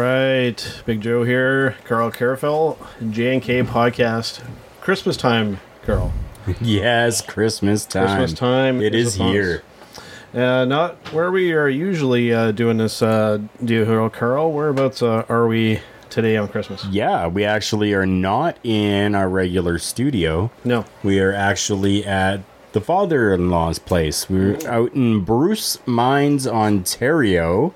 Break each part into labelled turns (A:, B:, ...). A: right, Big Joe here, Carl Carafell, J&K Podcast. Christmas time, Carl.
B: Yes, Christmas time.
A: Christmas time
B: It is
A: upon us.
B: here.
A: Uh, not where we are usually uh, doing this uh, deal here, Carl. Whereabouts uh, are we today on Christmas?
B: Yeah, we actually are not in our regular studio.
A: No.
B: We are actually at the father in law's place. We're out in Bruce Mines, Ontario.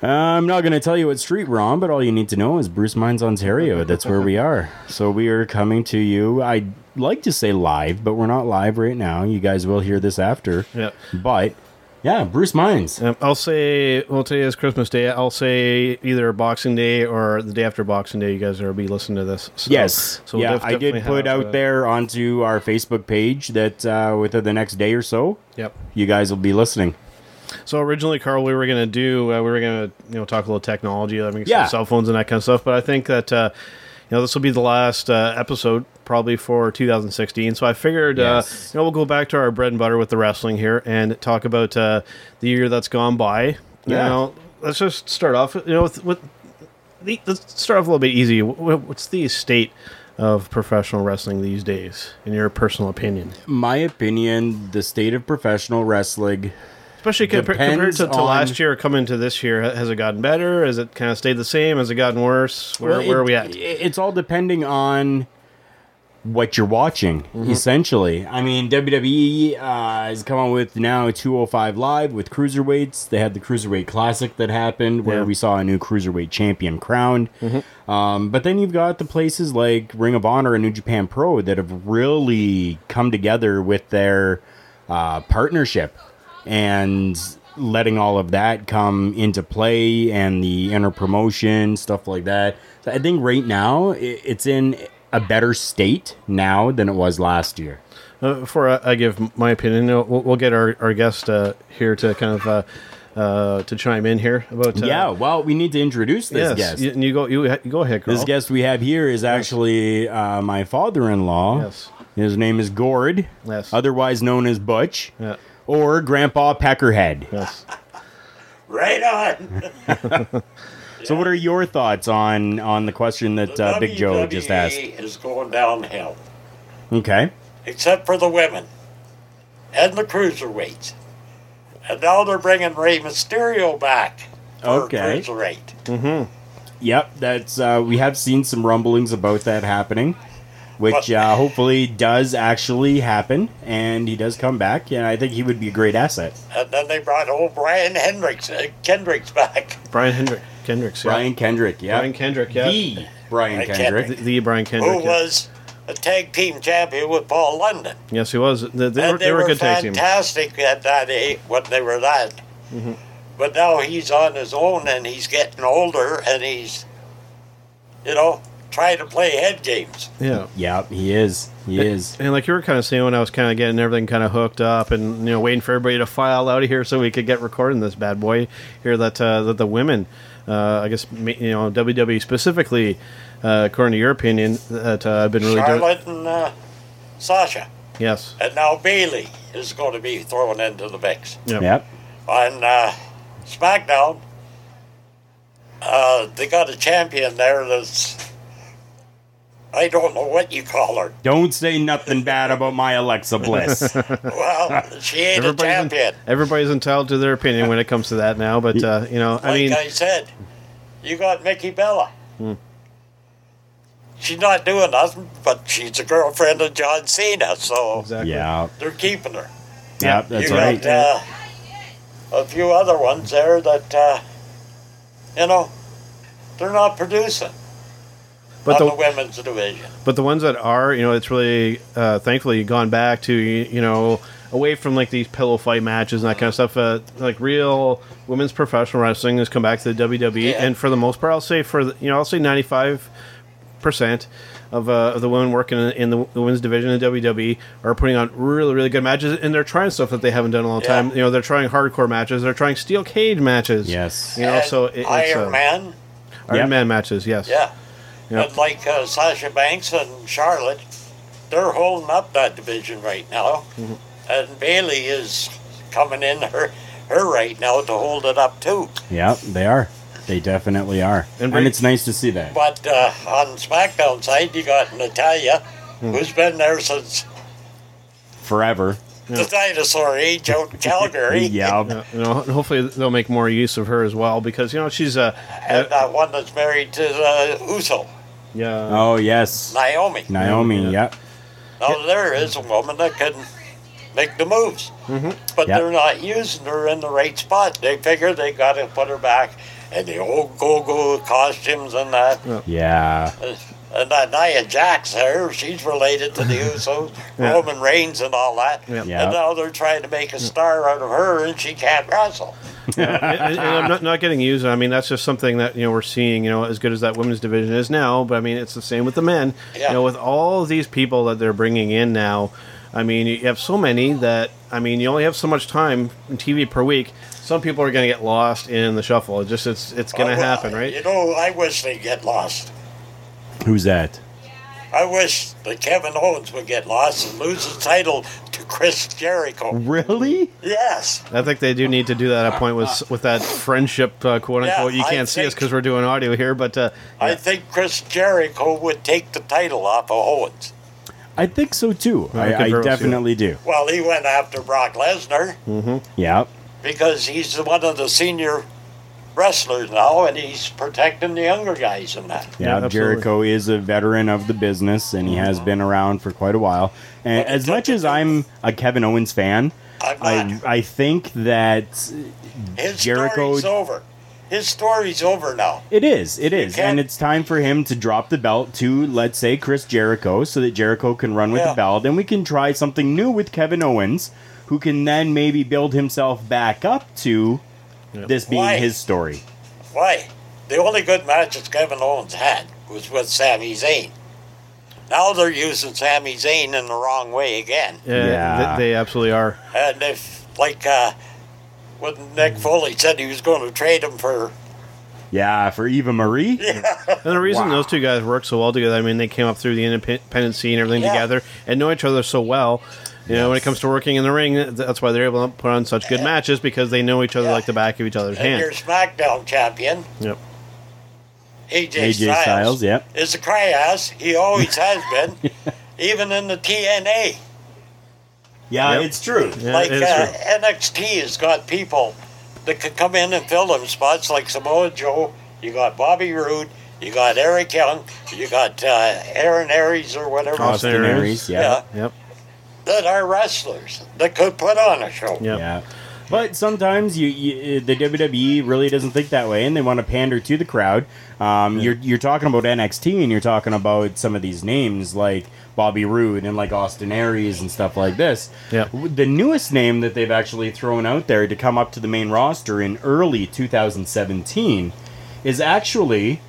B: Uh, I'm not going to tell you what street we're on, but all you need to know is Bruce Mines, Ontario. That's where we are. So we are coming to you. I'd like to say live, but we're not live right now. You guys will hear this after.
A: Yeah.
B: But yeah, Bruce Mines.
A: Um, I'll say, well, today is Christmas Day. I'll say either Boxing Day or the day after Boxing Day, you guys will be listening to this. So,
B: Yes.
A: we'll
B: yeah,
A: def-
B: I did
A: definitely
B: put
A: have,
B: out
A: uh,
B: there onto our Facebook page that uh, within the next day or so,
A: Yep.
B: you guys will be listening.
A: So originally, Carl, we were going to do, uh, we were going to, you know, talk a little technology, I mean,
B: Yeah.
A: cell phones and that kind of stuff. But I think that, uh, you know, this will be the last uh, episode probably for 2016. So I figured,
B: Yes.
A: uh, you know, we'll go back to our bread and butter with the wrestling here and talk about uh, the year that's gone by.
B: Yeah.
A: Now, let's just start off, you know, with, with the, let's start off a little bit easy. Wh- wh- What's the state of professional wrestling these days, in your personal opinion?
B: My opinion, the state of professional wrestling,
A: Especially compa- compared
B: Depends
A: to, to
B: on-
A: last year, coming to this year, ha- has it gotten better? Has it kind of stayed the same? Has it gotten worse? Where,
B: Well,
A: where
B: it-
A: are we at?
B: it- It's all depending on what you're watching, essentially. I mean, WWE uh, has come out with now 205 Live with cruiserweights. They had the Cruiserweight Classic that happened where
A: Yeah.
B: we saw a new cruiserweight champion crowned. Um, but then you've got the places like Ring of Honor and New Japan Pro that have really come together with their uh, partnership and letting all of that come into play and the inner promotion stuff like that. So I think right now i- it's in a better state now than it was last year.
A: Uh, before I, I give my opinion, you know, we'll, we'll get our, our guest uh, here to kind of uh, uh, to chime in here about. Uh,
B: yeah, well, we need to introduce this
A: Yes.
B: guest.
A: You, you go. You, ha- you go ahead, Carl.
B: This guest we have here is actually uh, my father-in-law.
A: Yes.
B: His name is Gord,
A: Yes.
B: otherwise known as Butch,
A: Yeah.
B: or Grandpa Peckerhead.
A: Yes.
C: Right on.
B: So, what are your thoughts on on the question that uh, Big Joe just asked?
C: WWE E is going downhill,
B: Okay.
C: except for the women and the cruiserweights. And now they're bringing Rey Mysterio back for
B: Okay.
C: cruiserweight.
B: Yep, that's uh, we have seen some rumblings about that happening, which
C: But-
B: uh, hopefully does actually happen, and he does come back. And I think he would be a great asset.
C: And then they brought old Brian Hendricks, uh, Kendricks back.
A: Brian Hendrick. Kendricks. Yeah.
B: Brian Kendrick, yeah,
A: Brian Kendrick. Yeah.
B: the Brian
C: I can't-
B: Kendrick.
A: The, the Brian Kendrick.
C: Who
A: yeah.
C: was a tag team champion with Paul London.
A: Yes, he was. They, they,
C: and
A: were, they were a good tag team. Mm-hmm.
C: fantastic at that age when they were that. But now he's on his own and he's getting older and he's, you know, trying to play head games.
A: Yeah.
B: Yep, he is. He is.
A: And like you were kind of saying when I was kind of getting everything kind of hooked up and you know waiting for everybody to file out of here so we could get recording this bad boy here that uh, that the women uh, I guess ma- you know WWE specifically uh, according to your opinion that uh, I've been really doing
C: Charlotte and uh, Sasha.
A: yes
C: And now Bailey is going to be thrown into the mix.
A: yeah
B: Yep.
C: On uh, SmackDown, uh, they got a champion there that's. I don't know what you call her.
B: Don't say nothing bad about my Alexa Bliss.
C: Well, she ain't a
A: everybody's,
C: champion.
A: en- everybody's entitled to their opinion when it comes to that now but uh, you know I
C: like
A: mean Hmm.
C: I said, you got Mickey Bella. She's not doing nothing, but she's a girlfriend of John Cena, so
A: exactly
B: yeah.
C: they're keeping her.
B: Yep. That's
C: you
B: right.
C: got uh, a few other ones there that uh, you know they're not producing
A: but
C: on
A: the
C: the women's division.
A: But the ones that are, you know, it's really uh, thankfully gone back to you, you know away from like these pillow fight matches and that kind of stuff. Uh, like real women's professional wrestling has come back to the WWE,
C: Yeah.
A: and for the most part, I'll say for the, you know I'll say ninety five percent of, uh, of the women working in, in the women's division in WWE are putting on really really good matches, and they're trying stuff that they haven't done in a long
C: Yeah.
A: time. You know, they're trying hardcore matches, they're trying steel cage matches.
B: Yes.
A: You know, so
C: And
A: it, it's,
C: Iron
A: uh,
C: Man,
A: Iron
B: Yep.
A: Man matches, yes.
C: yeah,
A: Yeah.
C: and like uh, Sasha Banks and Charlotte, they're holding up that division right now, and Bailey is coming in her her right now to hold it up too.
B: Yep. They are. They definitely are.
A: And
B: And,
A: Brady-
B: it's nice to see that.
C: But uh, on SmackDown side, you got Natalia, who's been there since
B: Forever.
A: Yeah.
C: the dinosaur age out in Calgary.
B: Yeah.
A: Yeah, you know, and hopefully they'll make more use of her as well because you know she's a,
C: And uh, one that's married to uh, Uso,
A: yeah.
B: Oh, yes.
C: Naomi.
B: Naomi,
A: Yeah.
B: yep.
C: Now, Oh, there is a woman that can make the moves, but
A: Mm-hmm.
B: Yeah.
C: they're not using her in the right spot. They figure they got to put her back in the old go-go costumes and that.
B: Yeah.
C: And that Nia Jax there, she's related to the Usos,
A: Yeah.
C: Roman Reigns, and all that.
A: Yeah.
B: Yeah.
C: And now they're trying to make a star out of her, and she can't wrestle.
A: and, and- and I'm not, not getting used. I mean, that's just something that you know we're seeing. You know, as good as that women's division is now, but I mean, it's the same with the men.
C: Yeah.
A: You know, with all these people that they're bringing in now, I mean, you have so many that I mean, you only have so much time in TV per week. Some people are going to get lost in the shuffle. It just it's it's going
C: I
A: to
C: would-
A: happen, right?
C: You know, I wish they'd get lost.
B: Who's that?
C: I wish that Kevin Owens would get lost and lose the title to Chris Jericho.
B: Really?
C: Yes.
A: I think they do need to do that at a point with with that friendship uh, quote
C: Yeah,
A: unquote. you
C: I
A: can't see us
C: think-
A: because we're doing audio here, but uh,
C: I think Chris Jericho would take the title off of Owens.
B: I think so too.
A: I could
B: I, I
A: very well see
B: definitely do.
C: Well, he went after Brock Lesnar
B: Yep.
C: because he's one of the senior wrestlers now, and he's protecting the younger guys in that.
A: Yeah,
B: Yeah,
A: absolutely.
B: Jericho is a veteran of the business, and he has been around for quite a while. And
C: But it
B: as much
C: doesn't-
B: as I'm a Kevin Owens fan,
C: I'm
B: I
C: not.
B: I think that
C: His
B: Jericho-
C: story's over. His story's over now.
B: it is, it is,
C: can't-
B: and it's time for him to drop the belt to, let's say, Chris Jericho, so that Jericho can run with
C: Yeah.
B: the belt, and we can try something new with Kevin Owens, who can then maybe build himself back up to this being
C: Why?
B: his story.
C: Why? The only good matches Kevin Owens had was with Sami Zayn. Now they're using Sami Zayn in the wrong way again.
A: yeah,
B: Yeah.
A: Uh, They, they absolutely are.
C: And if, like, uh, when Nick Foley said he was going to trade him for
B: Yeah, for Eva Marie.
A: And the reason
B: Wow.
A: those two guys work so well together, I mean, they came up through the independent scene and everything
C: Yeah.
A: together and know each other so well. You know, when it comes to working in the ring, th- that's why they're able to put on such good matches because they know each other
C: Yeah.
A: like the back of each other's
C: and your
A: hand.
C: SmackDown champion,
A: Yep.
C: AJ,
B: AJ
C: Styles.
B: Styles, yep.
C: Is a cry ass. He always has been, even in the TNA.
B: Yeah,
A: Yep.
B: it's true.
A: Yeah,
C: like
A: it is
C: uh,
A: true.
C: NXT has got people that could come in and fill them spots, like Samoa Joe. You got Bobby Roode. You got Eric Young. You got uh, Aaron Aries or whatever.
A: Austin
B: Austin
A: Aries.
B: Aries, yeah.
C: Yeah,
A: Yep.
C: that are wrestlers that could put on a show.
A: Yep.
B: Yeah. But sometimes you, you uh, the WWE really doesn't think that way, and they want to pander to the crowd. Um, You're you're talking about NXT, and you're talking about some of these names like Bobby Roode and like Austin Aries and stuff like this.
A: Yeah.
B: W- The newest name that they've actually thrown out there to come up to the main roster in early 2017 is actually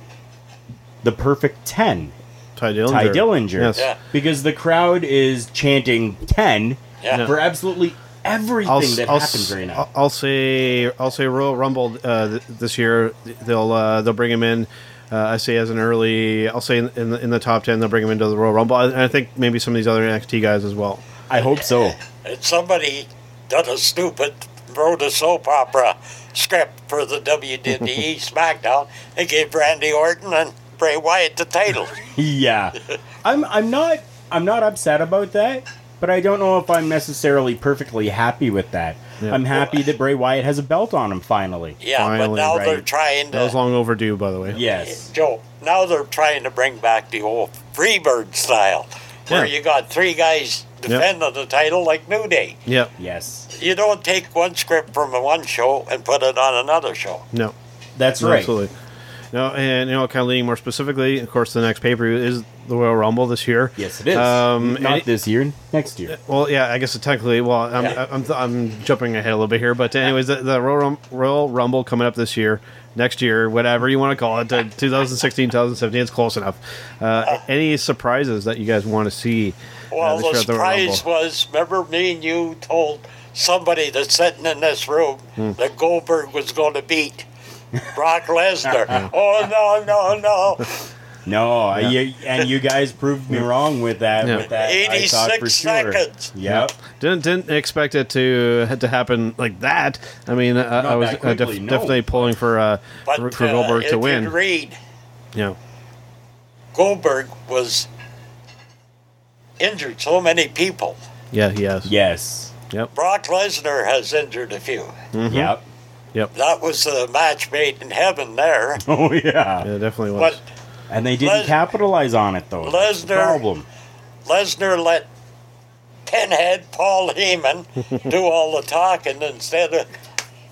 B: the Perfect Ten.
A: Ty Dillinger.
B: Ty Dillinger.
A: Yes.
C: Yeah.
B: Because the crowd is chanting 10
C: Yeah.
B: for absolutely everything
A: I'll,
B: that
A: I'll,
B: happens right now.
A: I'll- I'll say I'll say Royal Rumble uh, th- this year. They'll uh, they'll bring him in. Uh, I say as an early. I'll say in, in, the, in the top ten they'll bring him into the Royal Rumble. And I think maybe some of these other NXT guys as well.
B: I hope so.
C: And somebody done a stupid wrote a soap opera script for the WWE SmackDown and gave Randy Orton and Bray Wyatt the title.
B: yeah. I'm I'm not I'm not upset about that, but I don't know if I'm necessarily perfectly happy with that.
A: Yeah.
B: I'm happy that Bray Wyatt has a belt on him finally.
C: Yeah, but
A: Finally,
C: now they're
B: right.
C: trying to.
A: That was long overdue, by the way.
B: Yes.
C: Joe, now they're trying to bring back the old Freebird style, where
A: Yeah.
C: you got three guys defending the title like New Day.
A: Yep.
B: Yes.
C: You don't take one script from one show and put it on another show.
A: No.
B: That's right.
A: Absolutely. No, and you know, kind of leading more specifically, of course, the next pay per view is the Royal Rumble this year.
B: Yes, it is.
A: Um,
B: not
A: and it-
B: this year, next year.
A: Well, yeah, I guess technically. Well, I'm,
B: Yeah.
A: I'm, I'm, jumping ahead a little bit here, but anyways, the, the Royal, Rum- Royal Rumble coming up this year, next year, whatever you want to call it, uh, 2016, 2017, it's close enough. Uh, any surprises that you guys want to see? uh,
C: Well,
A: this
C: the
A: year at Royal
C: surprise
A: Rumble?
C: was remember me and you told somebody that's sitting in this room
A: Hmm.
C: that Goldberg was going to beat Brock Lesnar. oh no, no, no!
B: No,
A: Yeah.
B: you, and you guys proved me wrong with that.
A: Yeah.
B: With that, I thought for
C: 86
B: sure.
C: seconds.
B: Yep.
A: Didn't didn't expect it to to happen like that. I mean, I, I
B: Not
A: was
B: that
A: uh, def-
B: quickly, no.
A: definitely pulling for uh,
C: But
A: for for
C: uh,
A: Goldberg
C: if
A: to
C: you
A: win.
C: read,
A: yeah,
C: Goldberg was injured so many people.
A: yeah, yes,
B: Yes.
A: yep,
C: Brock Lesnar has injured a few.
B: Yep.
A: yep.
C: That was the match made in heaven there.
B: Oh yeah.
A: Yeah, it definitely was.
C: But
B: And they didn't
C: Les-
B: capitalize on it though. That's the
C: Lesnar-
B: problem.
C: Lesnar let Pinhead Paul Heyman do all the talking instead of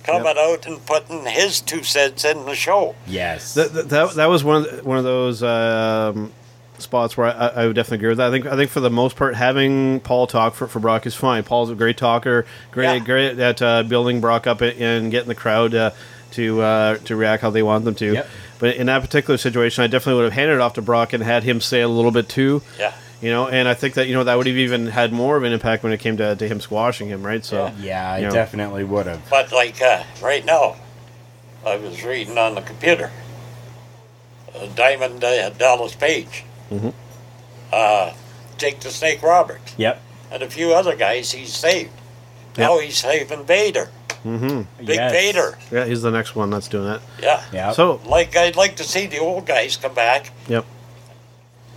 C: coming out and putting his two cents in the show.
B: Yes.
A: That, that- that, that was one of the- one of those um, spots where I, I would definitely agree with that. I think I think for the most part, having Paul talk for, for Brock is fine. Paul's a great talker, great
C: Yeah.
A: great at uh, building Brock up a- and getting the crowd uh, to uh, to react how they want them to.
B: Yep.
A: But in that particular situation, I definitely would have handed it off to Brock and had him say a little bit too.
C: Yeah.
A: You know, and I think that you know that would have even had more of an impact when it came to, to him squashing him, right? So
B: yeah, I
A: you know.
B: definitely would have.
C: But like uh, right now, I was reading on the computer uh, Diamond uh, Dallas Page, uh, Jake the Snake Roberts,
B: Yep.
C: and a few other guys he's saved.
A: Yeah.
C: Now he's saving Vader, Big
B: Yes.
C: Vader.
A: yeah, he's the next one that's doing that.
C: Yeah.
B: Yep.
A: So
C: Like I'd like to see the old guys come back
A: yep,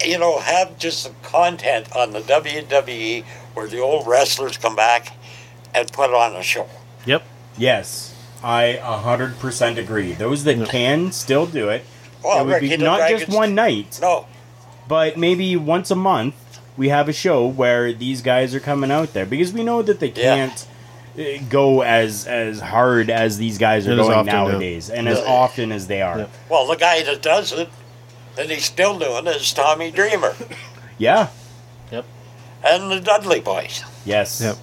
C: you know, have just some content on the WWE where the old wrestlers come back and put on a show.
A: yep,
B: Yes, I 100% agree. Those that can still do it.
C: Well,
B: it would be
C: Ricky the
B: not just
C: Dragon's-
B: one night,
C: No,
B: but maybe once a month we have a show where these guys are coming out there because we know that they
C: Yeah.
B: can't eh, go as as hard as these guys are
A: And as
B: going
A: often, yeah.
B: nowadays and as often as they are.
A: Yep.
C: well, the guy that does it and he's still doing it is Tommy Dreamer
B: Yeah.
A: yep.
C: and the Dudley Boys.
B: Yes.
A: Yep.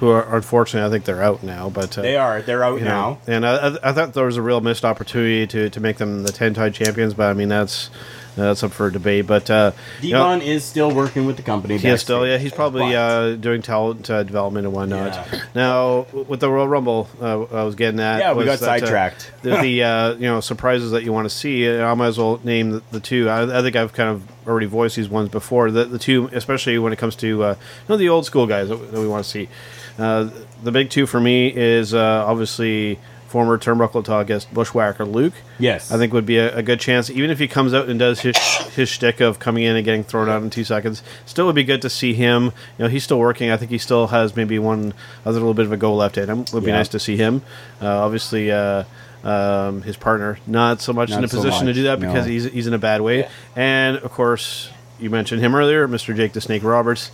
A: Who are unfortunately, I think they're out now, but uh,
B: They are. They're out
A: you
B: now.
A: know, and I, I- I thought there was a real missed opportunity to, to make them the ten time champions, but I mean that's that's up for debate. But uh, you know,
B: Devon is still working with the company.
A: he is still, yeah,
B: backstage,
A: he's probably
B: but-
A: uh, doing talent uh, development and whatnot.
B: Yeah.
A: Now with the Royal Rumble, uh, I was getting at.
B: Yeah, we
A: was
B: got
A: that, uh,
B: sidetracked.
A: the, the uh, you know surprises that you want to see. and I might as well name the, the two. I, I think I've kind of already voiced these ones before. The, the two, especially when it comes to uh, you know the old school guys that, we- that we want to see. Uh, the big two for me is uh, obviously former Turnbuckle Talk guest Bushwhacker Luke.
B: Yes.
A: I think would be a, a good chance, even if he comes out and does his his shtick of coming in and getting thrown out in two seconds. Still, would be good to see him. You know, he's still working. I think he still has maybe one other little bit of a go left in him. Would be
B: Yeah.
A: nice to see him. Uh, obviously, uh, um, his partner not so much in
B: Not
A: a
B: so
A: position to
B: much,
A: do that
B: no.
A: because he's he's in a bad way.
C: Yeah.
A: And of course, you mentioned him earlier, Mr. Jake the Snake Roberts.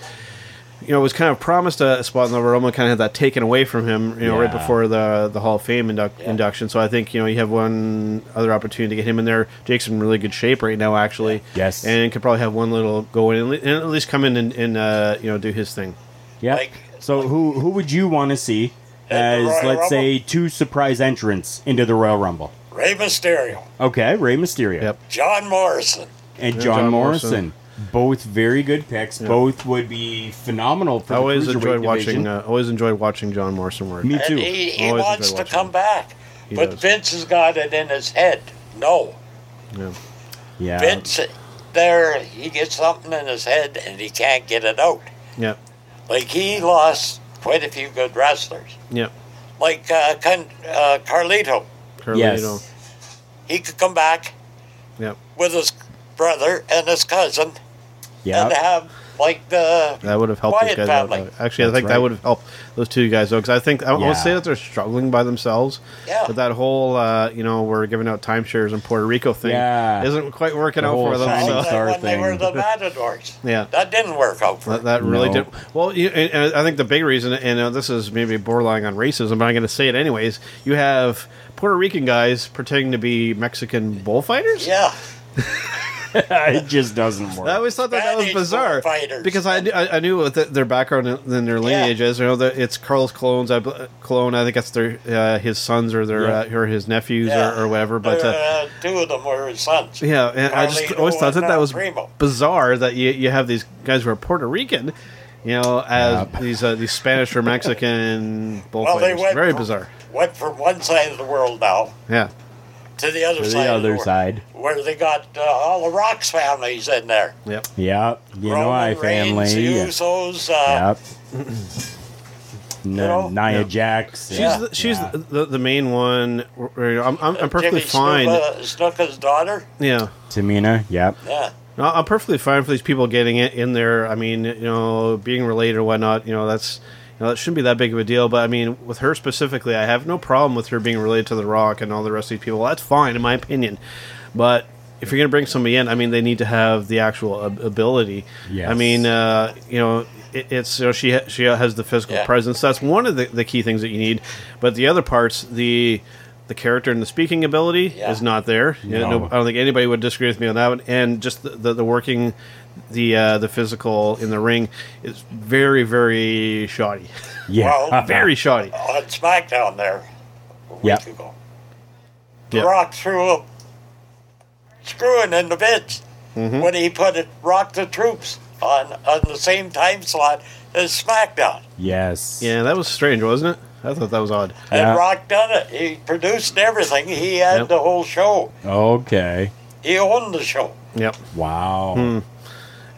A: You know, was kind of promised a a spot in the Rumble, kind of had that taken away from him. You know, right
B: Yeah.
A: before the the Hall of Fame induc- induction. So I think you know you have one other opportunity to get him in there. Jake's in really good shape right now, actually.
B: Yes.
A: and could probably have one little go in and le- and at least come in and, and uh, you know do his thing.
B: Yeah.
C: Like-
B: so who who would you want to see
C: At
B: as
C: the
B: let's
C: Royal
B: say two surprise entrants into the Royal Rumble?
C: Rey Mysterio,
B: Okay, Rey Mysterio
A: Yep.
C: John Morrison.
B: and
A: And
B: John,
A: John
B: Morrison.
A: Morrison.
B: Both very good picks. Both would be phenomenal for
A: I
B: the
A: always
B: cruiserweight
A: enjoyed watching.
B: division.
A: Uh, always enjoyed watching John Morrison work.
B: Me
C: And
B: too.
C: he, he
A: Always
C: wants
A: enjoy
C: to
A: watching
C: come
A: him.
C: back.
A: He
C: but
A: does.
C: Vince has got it in his head. No.
A: Yeah. Uh,
B: yeah.
C: Vince, there, he gets something in his head and he can't get it out.
A: yeah,
C: Like, he lost quite a few good wrestlers.
A: yeah.
C: like uh, Con- uh, Carlito.
A: Carlito.
B: Yes.
C: He could come back
A: Yeah,
C: with his brother and his cousin and
B: Yeah.
C: have like the
A: that would have helped those
C: Wyatt
A: guys out.
C: family.
A: though. Actually, I
B: That's
A: think that
B: right.
A: would have helped those two guys out because I think I
B: Yeah.
A: won't say that they're struggling by themselves.
C: Yeah.
A: But that whole uh, you know we're giving out timeshares in Puerto Rico thing
B: Yeah.
A: isn't quite working
B: The
A: out
B: whole
A: for them.
B: thing.
A: so-
C: like that
B: Star
C: when they were
B: thing.
C: the Matadors.
A: Yeah.
C: that didn't work out for.
A: That, that really
B: No.
A: did. Well, you, and, and I think the big reason, and uh, this is maybe borderline on racism, but I'm going to say it anyways. You have Puerto Rican guys pretending to be Mexican bullfighters.
C: yeah,
B: it just doesn't work.
A: I always thought that that was
C: Spanish
A: bizarre
C: bullfighters.
A: because I, knew- I I knew what the, their background and and their lineage is. You know, the, it's Carlos Colon's I, bl- Colon. I think that's their uh, his sons or their
B: Yeah.
A: uh, or his nephews
C: yeah. Uh,
A: or, or whatever. But
C: There,
A: uh,
C: uh, two of them were his sons.
A: Yeah, and I just
C: Carlito
A: always thought that
C: and,
A: that
C: uh,
A: was
C: Primo.
A: bizarre that you, you have these guys who are Puerto Rican, you know, as these uh, these Spanish or Mexican
C: Well, they
A: bullfighters.
C: went
A: Very
C: from-
A: bizarre.
C: Went from one side of the world now
A: Yeah,
C: to the other
B: To
C: side.
B: the
C: of
B: other
C: wor-
B: side.
C: Where they got uh, all the Rocks families in there.
A: Yep.
B: Yeah, you know
C: Roman
B: I
C: Reigns,
B: family. Yeah.
C: Usos, uh,
B: Yep.
C: know?
B: N- Nia
A: Yeah.
B: Jax.
A: She's
C: Yeah. Uh,
A: the, she's
B: Yeah.
A: the, the, the main one. where- where I'm, I'm, I'm perfectly
C: Jimmy
A: fine.
C: Snuka- Snuka's daughter.
A: Yeah.
B: Tamina. Yep.
C: Yeah.
A: No, I'm perfectly fine for these people getting it in there. I mean, you know, being related or whatnot. You know, that's you know that shouldn't be that big of a deal. But I mean, with her specifically, I have no problem with her being related to The Rock and all the rest of these people. That's fine, in my opinion. But if you're going to bring somebody in, I mean, they need to have the actual ab- ability.
B: Yes.
A: I mean, uh, you know, it, it's you know she ha- she has the physical
C: Yeah.
A: presence. That's one of the, the key things that you need. But the other parts, the the character and the speaking ability
C: Yeah.
A: is not there. Yeah,
B: No.
A: no, I don't think anybody would disagree with me on that one. And just the, the, the working, the uh, the physical in the ring is very very shoddy,
B: Yeah.
C: Well,
A: very shoddy.
C: On SmackDown there a week
B: Yeah.
C: ago. The
A: Yeah.
C: Rock threw a screwing in the bits
A: Mm-hmm.
C: when he put it, Rock the Troops on, on the same time slot as SmackDown.
B: Yes.
A: Yeah, that was strange, wasn't it? I thought that was odd.
B: Yeah.
C: And Rock done it. He produced everything. He had
A: Yep.
C: the whole show.
B: Okay.
C: He owned the show.
A: Yep.
B: Wow.
A: Hmm.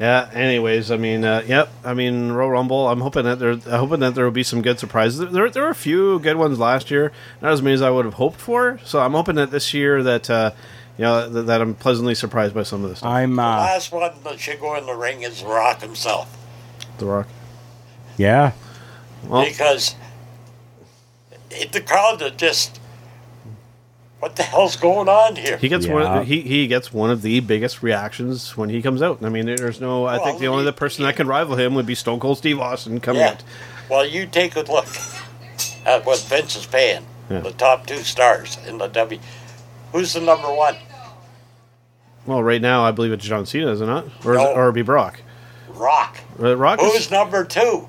A: Yeah. Anyways, I mean, uh, yep. I mean, Royal Rumble. I'm hoping that there, I'm hoping that there will be some good surprises. There- There, there were a few good ones last year, not as many as I would have hoped for. So I'm hoping that this year that, uh, you know, that, that I'm pleasantly surprised by some of this stuff.
B: I'm.
A: Ah.
B: Uh,
C: Last one that should go in the ring is Rock himself.
A: The Rock.
B: yeah.
A: Well,
C: because it, the crowd are just what the hell's going on here?
A: He gets one.
B: Yeah.
A: Of, he he gets one of the biggest reactions when he comes out. I mean, there's no. I
C: Well,
A: think the only
C: he-
A: other person that could rival him would be Stone Cold Steve Austin coming
C: yeah.
A: out.
C: Well, you take a look at what Vince is paying
A: Yeah.
C: the top two stars in the W. Who's the number one?
A: Well, right now I believe it's John Cena, is it not? Or is
C: No.
A: it, or it'd be Brock?
C: Rock.
A: Uh, Rock. is-
C: Who's number two?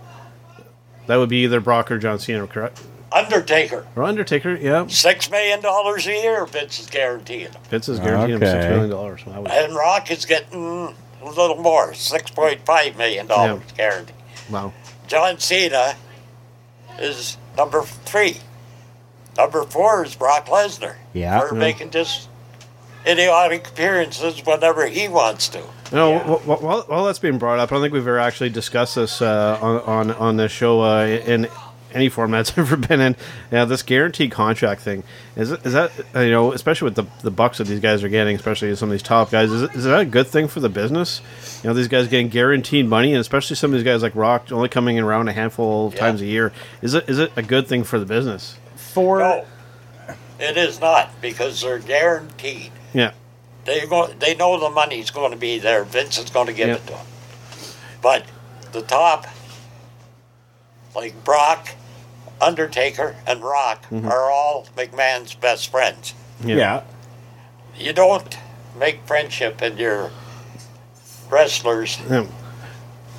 A: that would be either Brock or John Cena, correct?
C: Undertaker.
A: Or Undertaker? Yeah,
C: Six million dollars a year, Vince is guaranteeing. him.
A: Vince is guaranteed him six
B: Okay.
A: million dollars. Wow.
C: And Rock is getting a little more, six point five million dollars guaranteed.
A: wow.
C: John Cena is number three. Number four is Brock Lesnar.
B: Yeah.
C: For making just idiotic appearances whenever he wants to.
A: No, wh- wh- while, while that's being brought up, I don't think we've ever actually discussed this uh, on, on on this show uh, in any form that's ever been in. Now, this guaranteed contract thing is it- is that uh, you know, especially with the the bucks that these guys are getting, especially some of these top guys, is, it- is that a good thing for the business? You know, these guys getting guaranteed money, and especially some of these guys like Rock only coming in around a handful of
C: Yeah.
A: times a year. Is it is it a good thing for the business?
B: For.
C: No, it is not because they're guaranteed.
A: Yeah,
C: They go, They know the money's going to be there. Vince is going to give
A: Yeah.
C: it to them. But the top, like Brock, Undertaker, and Rock, are all McMahon's best friends.
B: Yeah.
C: you don't make friendship in your wrestlers.
A: Yeah.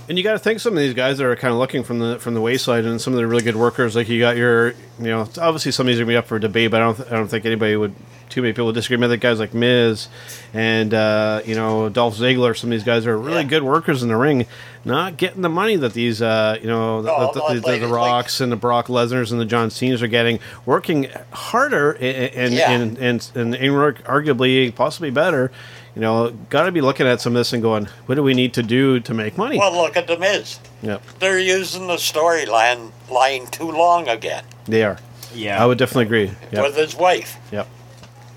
A: And you got to think some of these guys that are kind of looking from the from the wayside, and some of the really good workers. Like you got your, you know, obviously some of these are gonna be up for debate, but I don't, th- I don't think anybody would, too many people would disagree. with that guys like Miz, and uh, you know Dolph Ziggler. Some of these guys are really
C: Yeah.
A: good workers in the ring, not getting the money that these, uh, you know,
C: No,
A: that the,
C: but
A: the,
C: like-
A: the Rocks and the Brock Lesnar's and the John Cena's are getting, working harder and and
C: Yeah.
A: and, and, and, and work arguably possibly better. You know, got to be looking at some of this and going, what do we need to do to make money?
C: Well, look at the Miz.
A: Yep,
C: They're using the storyline line too long again
A: they are.
B: Yeah.
A: I would definitely agree. Yep,
C: with his wife.
A: yep.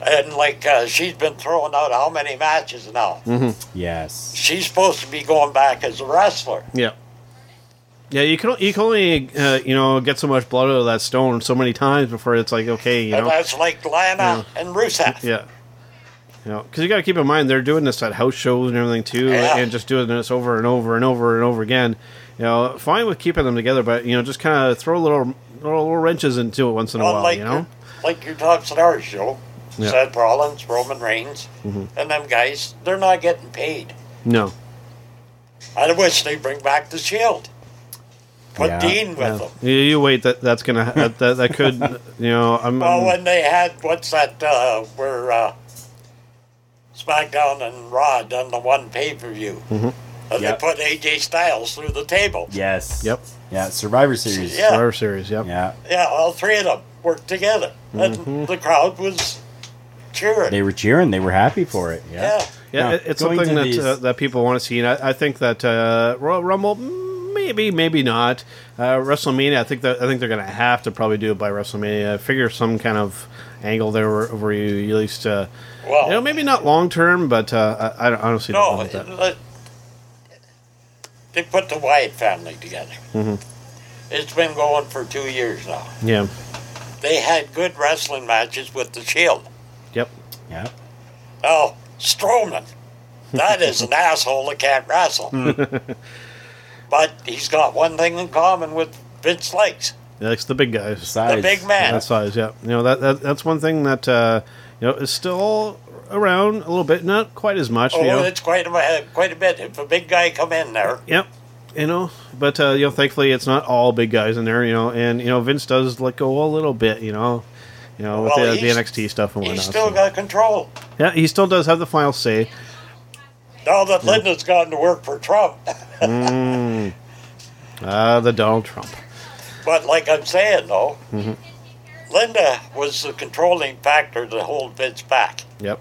C: And like uh, she's been throwing out how many matches now?
A: Mm-hmm.
B: Yes.
C: She's supposed to be going back as a wrestler.
A: Yeah. Yeah, you can you can only uh, you know get so much blood out of that stone so many times before it's like okay, you
C: and
A: know,
C: that's like Lana and Rusev.
A: yeah, you know, because you got to keep in mind they're doing this at house shows and everything too,
C: Yeah.
A: and just doing this over and over and over and over again. You know, fine with keeping them together, but you know, just kind of throw little throw little wrenches into it once in a
C: Well,
A: while.
C: like,
A: You know,
C: your, like your top star show,
A: Yeah. Mm-hmm.
C: Seth Rollins, Roman Reigns, and them guys, they're not getting paid.
A: no,
C: I wish they bring back the Shield. Put
B: Yeah,
C: Dean with
A: yeah.
C: them.
A: you, you wait that that's gonna that that, that could you know I'm,
C: Well,
A: I'm
C: when they had what's that? Uh, where uh, SmackDown and Raw done the one pay per view,
A: Mm-hmm.
C: and
B: Yep.
C: they put AJ Styles through the table.
B: Yes.
A: Yep.
B: Yeah. Survivor Series.
C: Yeah.
A: Survivor Series, yep.
B: Yeah.
A: Mm-hmm.
C: Yeah, all three of them worked together, and the crowd was cheering.
B: They were cheering. They were happy for it. Yeah.
C: yeah.
A: Yeah,
B: Now,
A: it- it's
B: going
A: something
B: to
A: that
B: these-
A: uh, that people want to see, and I, I think that uh, Royal Rumble, maybe, maybe not. Uh, WrestleMania, I think that I think they're going to have to probably do it by WrestleMania. I figure some kind of angle there where, where you at least, uh,
C: Well-
A: you know, maybe not long term, but uh, I, I honestly don't
C: Oh. No,
A: know about that.
C: let- they put the Wyatt family together.
A: Mm-hmm.
C: It's been going for two years now.
A: Yeah,
C: They had good wrestling matches with the Shield.
A: yep,
B: Yeah.
C: Oh, Strowman, that is an asshole that can't wrestle. but he's got one thing in common with Vince Lakes.
A: that's the big guys.
B: Besides,
C: big man.
A: that size. Yeah, you know that, that that's one thing that uh, you know is still around a little bit, not quite as much.
C: Oh,
A: you know.
C: it's quite a quite a bit. If a big guy come in there,
A: Yep. You know, but uh, you know, thankfully it's not all big guys in there. You know, and you know Vince does let go a little bit. You know, you know with
C: Well,
A: the, the
C: he's-
A: NXT stuff and whatnot.
C: he's still
A: so-
C: got control.
A: yeah, he still does have the final say.
C: Now that Linda's gone to work for Trump,
A: Uh, the Donald Trump.
C: but like I'm saying though, Linda was the controlling factor to hold Vince back.
A: Yep.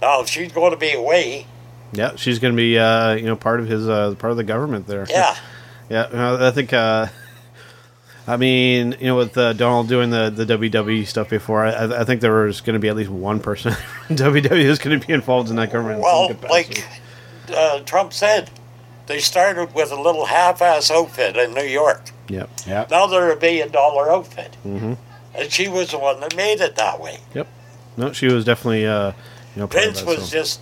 C: Now if she's going to be away,
A: Yeah, she's going to be uh, you know part of his uh, part of the government there.
C: yeah,
A: Yeah, no, I think. Uh, I mean, you know, with uh, Donald doing the, the WWE stuff before, I, I I think there was going to be at least one person in WWE who's going to be involved in that government. in some
C: well,
A: capacity.
C: like uh, Trump said, they started with a little half-ass outfit in New York.
A: Yep.
B: Yeah.
C: Now they're a billion-dollar outfit,
A: Mm-hmm.
C: and she was the one that made it that way.
A: Yep. No, she was definitely uh, you know part of
C: Vince
A: that,
C: was
A: so.
C: just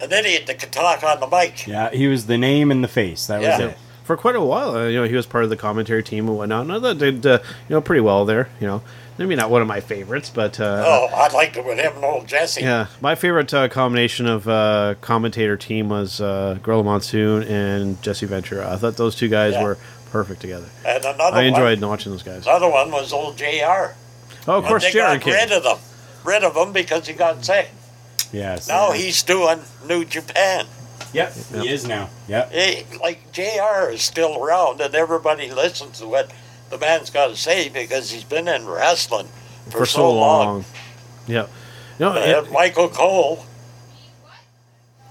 C: an idiot that could talk on the mic.
B: Yeah. He was the name and the face. That
C: Yeah.
B: was it.
A: for quite a while. Uh, you know, he was part of the commentary team and whatnot. And that did uh, you know pretty well there. You know, maybe not one of my favorites, but uh,
C: Oh, I'd like to with him and old Jesse.
A: yeah, my favorite uh, combination of uh, commentator team was uh, Gorilla Monsoon and Jesse Ventura. I thought those two guys
C: Yeah.
A: were perfect together.
C: And another
A: I enjoyed
C: One,
A: watching those guys.
C: another one was old Jr.
A: Oh, of
C: But
A: course,
C: they
A: Jared
C: got
A: King.
C: rid of them, rid of them because he got sick.
B: Yes.
C: Now he's doing New Japan.
B: Yep. He is now. Yep.
C: Hey, like Jr. is still around, and everybody listens to what the man's got to say because he's been in wrestling for,
A: for so long. Yeah. No,
C: And
A: it-
C: Michael Cole,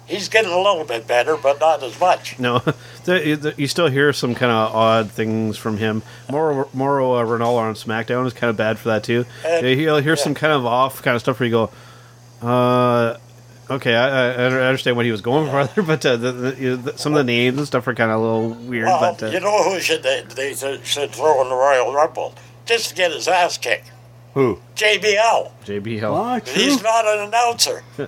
C: he's getting a little bit better, but not as much.
A: No, the, the, you still hear some kind of odd things from him. Moro, Moro uh, Ronaldo on SmackDown is kind of bad for that too.
C: Uh,
A: Yeah, You'll hear some kind of off kind of stuff where you go, uh, okay, I, I, I understand what he was going for, there, but uh, the, the, you know, the, some of the names and stuff are kind of a little weird.
C: Well,
A: but uh,
C: you know who should they, they should throw in the Royal Rumble just to get his ass kicked?
B: Who?
C: JBL.
A: JB Hill.
B: Ah, true.
C: He's not an announcer.
A: You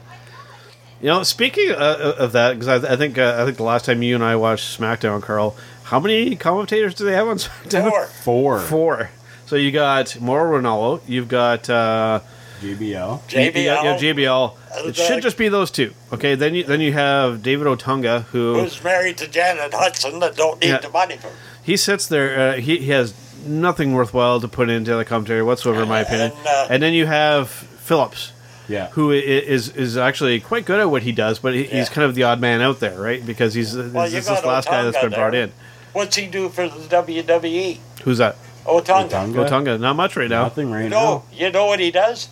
A: know, speaking uh, of that, because I, I think uh, I think the last time you and I watched SmackDown, Carl, how many commentators do they have on SmackDown?
C: Or
B: Four.
A: Four. So you got Moro Ronaldo, you've got. Uh,
B: JBL.
C: JBL.
A: Yeah, yeah, JBL.
C: Uh,
A: It should just be those two. Okay, then you then you have David Otunga, who
C: Who's married to Janet Hudson that don't need
A: Yeah.
C: the money for?
A: he sits there. Uh, he he has nothing worthwhile to put into the commentary whatsoever, in my opinion.
C: And, uh,
A: and then you have Phillips,
B: Yeah.
A: who i- i- is is actually quite good at what he does, but he, he's
C: Yeah.
A: kind of the odd man out there, right? Because he's
C: Well,
A: this
C: you
A: is
C: got
A: this last guy that's
C: Otunga
A: been brought
C: there.
A: in.
C: What's he do for the E? WWE?
A: Who's that?
C: Otunga.
B: Otunga?
A: Otunga. Not much right now.
B: Nothing right
C: No, you know what he does?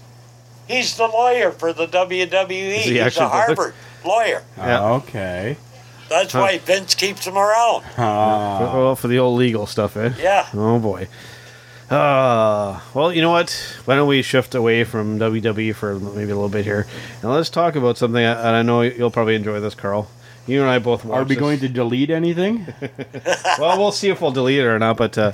C: He's the lawyer for the WWE.
A: he
C: He's
A: actually
C: a
A: the-
C: Harvard lawyer.
B: now.
A: Yeah.
B: Oh, Okay.
C: That's why Vince keeps him around.
B: Ah.
A: well, for the old legal stuff, eh?
C: Yeah.
A: Oh boy. Uh, well, you know what? Why don't we shift away from WWE for maybe a little bit here, and let's talk about something. uh, And I know you'll probably enjoy this, Carl. You and I both.
B: Are
A: watched
B: we
A: this.
B: going to delete anything?
A: Well, we'll see if we'll delete it or not. But, uh,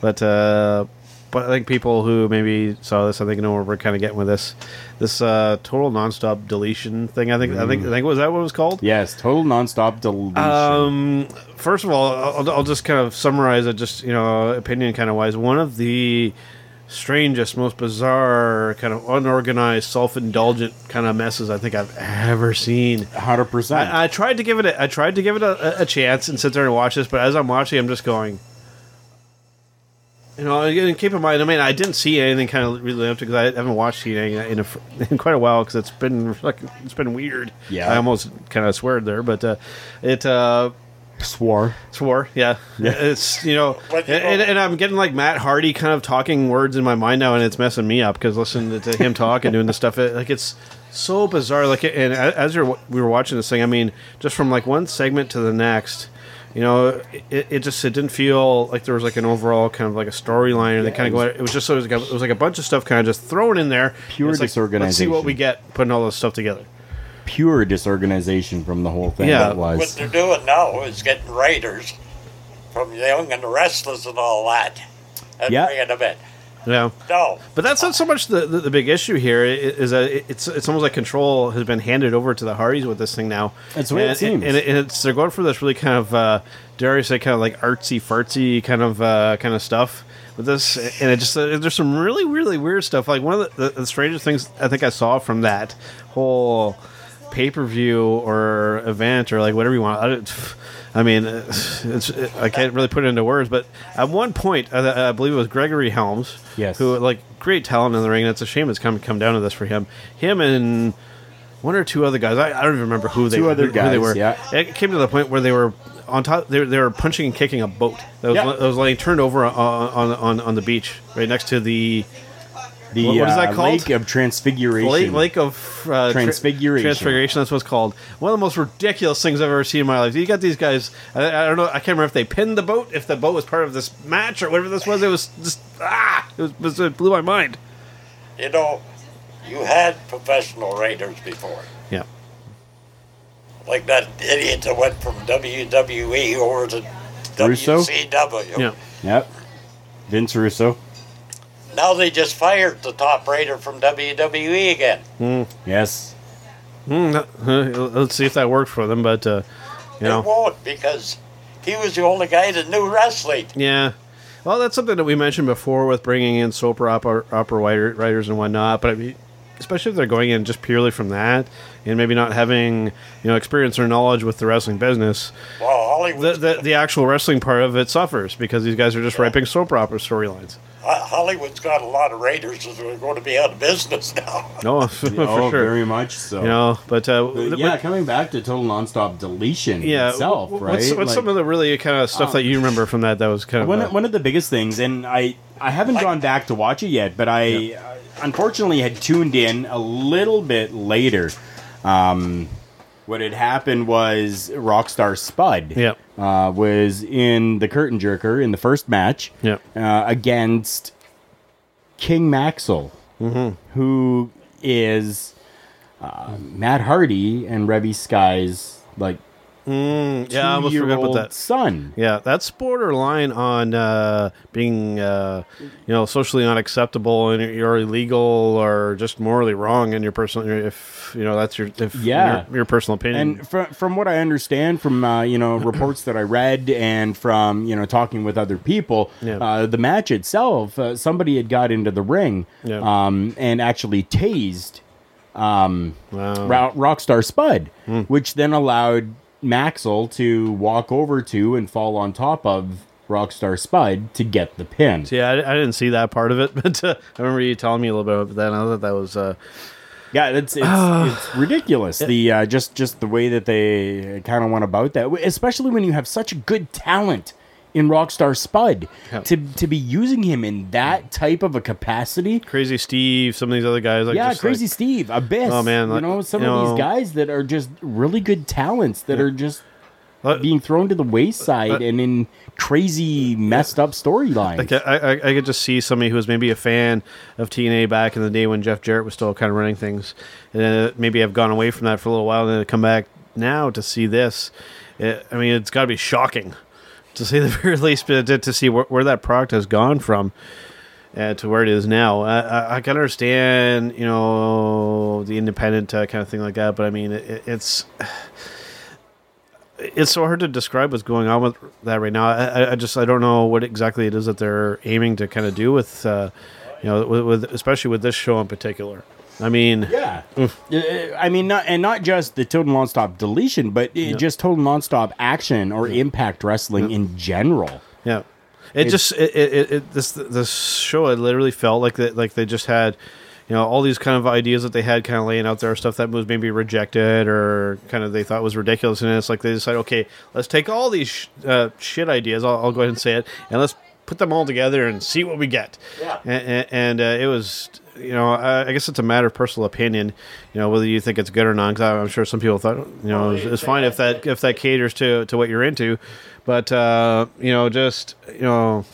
A: but, uh, but I think people who maybe saw this, I think know where we're kind of getting with this. This uh, total nonstop deletion thing. I think. I
B: Mm.
A: think. I think was that what it was called?
B: yes. Total nonstop deletion.
A: Um, first of all, I'll, I'll just kind of summarize it, just you know, opinion kind of wise. One of the strangest, most bizarre, kind of unorganized, self-indulgent kind of messes I think I've ever seen.
B: Hundred percent.
A: I, I tried to give it. A, I tried to give it a, a chance and sit there and watch this, but as I'm watching, I'm just going. You know, again, keep in mind. I mean, I didn't see anything kind of really up to because I haven't watched TNA in, a, fr- in quite a while because it's been like it's been weird.
B: Yeah.
A: I almost kind of sweared there, but uh, it. Uh,
B: Swore.
A: Swore, yeah. It's you know,
C: But you
A: and,
C: know-
A: and, and I'm getting like Matt Hardy kind of talking words in my mind now, and it's messing me up because listening to him talk and doing this stuff, it, like it's so bizarre. Like, and a- as you're, wa- we were watching this thing, I mean, just from like one segment to the next, you know, it, it just it didn't feel like there was like an overall kind of like a storyline, and they kind of going. It was just so it was, like a, it was like a bunch of stuff kind of just thrown in there.
B: Pure
A: It's like, Let's see what
B: disorganization.
A: we get putting all this stuff together.
B: Pure disorganization from the whole thing.
A: Yeah.
B: That
C: What
B: was.
C: they're doing now is getting writers from Young and the Restless and all that, and
B: Yeah.
C: bringing them in.
A: Yeah.
C: No,
A: But that's not so much the, the, the big issue here. i- Is that it- it's it's almost like control has been handed over to the Hardys with this thing now.
B: That's the way it
A: and,
B: seems.
A: and, and it's they're going for this really kind of uh, dare I say kind of like artsy fartsy kind of uh, kind of stuff with this, and it just uh, there's some really really weird stuff. Like one of the, the, the strangest things I think I saw from that whole pay per view or event or like whatever you want. I, don't- I mean, it's I can't really put it into words, but at one point, I, I believe it was Gregory Helms,
B: Yes.
A: who like great talent in the ring. It's a shame it's come come down to this for him. Him and one or two other guys. I, I don't even remember who they
B: Two other
A: who, who they
B: guys,
A: were.
B: yeah.
A: It came to the point where they were on top. They, were- they were punching and kicking a boat that was,
B: Yeah.
A: that was laying turned over on, on on on the beach right next to the
B: The
A: what- what is that
B: uh,
A: called?
B: Lake of Transfiguration.
A: Lake, lake of uh, tra-
B: Transfiguration.
A: Transfiguration. That's what it's called. One of the most ridiculous things I've ever seen in my life. You got these guys. I, I don't know. I can't remember if they pinned the boat, if the boat was part of this match or whatever this was. It was just ah, it was it blew my mind.
C: you know, you had professional writers before,
A: Yeah.
C: like that idiot that went from WWE over to
B: Russo?
C: WCW.
A: Yeah.
B: Yep. Vince Russo.
C: Now they just fired the top writer from WWE again.
B: Yes.
A: Mm, uh, let's see if that worked for them, but uh, you
C: It
A: know,
C: won't because he was the only guy that knew wrestling.
A: yeah. Well, that's something that we mentioned before with bringing in soap or opera, opera writer, writers and whatnot. But I mean, especially if they're going in just purely from that, and maybe not having you know experience or knowledge with the wrestling business,
C: Well,
A: the
C: Hollywood's,
A: the, the actual wrestling part of it suffers because these guys are just writing soap opera storylines.
C: Ho- Hollywood's got a lot of writers that are going to be out of business now.
A: No, for
B: oh,
A: sure.
B: very much so.
A: you know, but uh,
B: But
A: th-
B: yeah, coming back to total nonstop deletion
A: yeah.
B: itself,
A: what's
B: right?
A: what's
B: Like-
A: some of the really kind of stuff
B: Um,
A: that you remember from that? That was kind of
B: one,
A: uh,
B: one of the biggest things, and I I haven't gone back to watch it yet, but I uh, unfortunately had tuned in a little bit later. Um, what had happened was Rockstar Spud
A: Yeah.
B: uh, was in the curtain jerker in the first match
A: Yeah.
B: uh, against King Maxwell,
A: Mm-hmm.
B: who is uh, Matt Hardy and Revy Sky's like
A: yeah, I almost forgot about
B: two-year-old
A: that.
B: son.
A: Yeah, that's borderline on uh, being, uh, you know, socially unacceptable and you're illegal or just morally wrong in your personal. If you know that's your, if
B: Yeah.
A: your, your personal opinion.
B: And from, from what I understand, from uh, you know reports that I read, and from you know talking with other people,
A: Yeah.
B: uh, the match itself, uh, somebody had got into the ring
A: Yeah.
B: um, and actually tased um,
A: wow. Hmm.
B: Ro- Rockstar Spud, which then allowed Maxwell to walk over to and fall on top of Rockstar Spud to get the pin.
A: yeah, I, I didn't see that part of it, but uh, I remember you telling me a little bit about that. And I thought that was, uh,
B: Yeah, it's it's, it's ridiculous. The uh, just just the way that they kind of went about that, especially when you have such a good talent in Rockstar Spud
A: Yeah.
B: to to be using him in that type of a capacity.
A: Crazy Steve, some of these other guys. Like,
B: yeah,
A: just
B: Crazy
A: Like,
B: Steve, Abyss.
A: Oh, man,
B: you
A: like,
B: know some
A: you
B: of
A: know-
B: these guys that are just really good talents that are just
A: Uh,
B: being thrown to the wayside
A: uh,
B: and in crazy messed up storylines.
A: like, I, I, I could just see somebody who was maybe a fan of TNA back in the day when Jeff Jarrett was still kind of running things, and then uh, maybe I've gone away from that for a little while, and then come back now to see this. It, I mean, it's got to be shocking to say the very least, but to, to see where, where that product has gone from. uh, to where it is now. I, I, I can understand, you know, the independent uh, kind of thing like that, but I mean, it, it's it's so hard to describe what's going on with that right now. I, I- I just I don't know what exactly it is that they're aiming to kind of do with, uh, you know, with, with especially with this show in particular. I mean,
B: Yeah.
A: Mm.
B: Uh, I mean, not, and not just the total nonstop deletion, but it, just total nonstop action or impact wrestling in general.
A: Yeah, it just it, it, it this this show. It literally felt like that. Like they just had, you know all these kind of ideas that they had kind of laying out there stuff that was maybe rejected or kind of they thought was ridiculous and it's like they decided okay let's take all these sh- uh, shit ideas I'll, I'll go ahead and say it and let's put them all together and see what we get
C: Yeah.
A: and, and uh, it was you know I, I guess it's a matter of personal opinion you know whether you think it's good or not because i'm sure some people thought you know it's, it's fine if that if that caters to to what you're into but uh you know just you know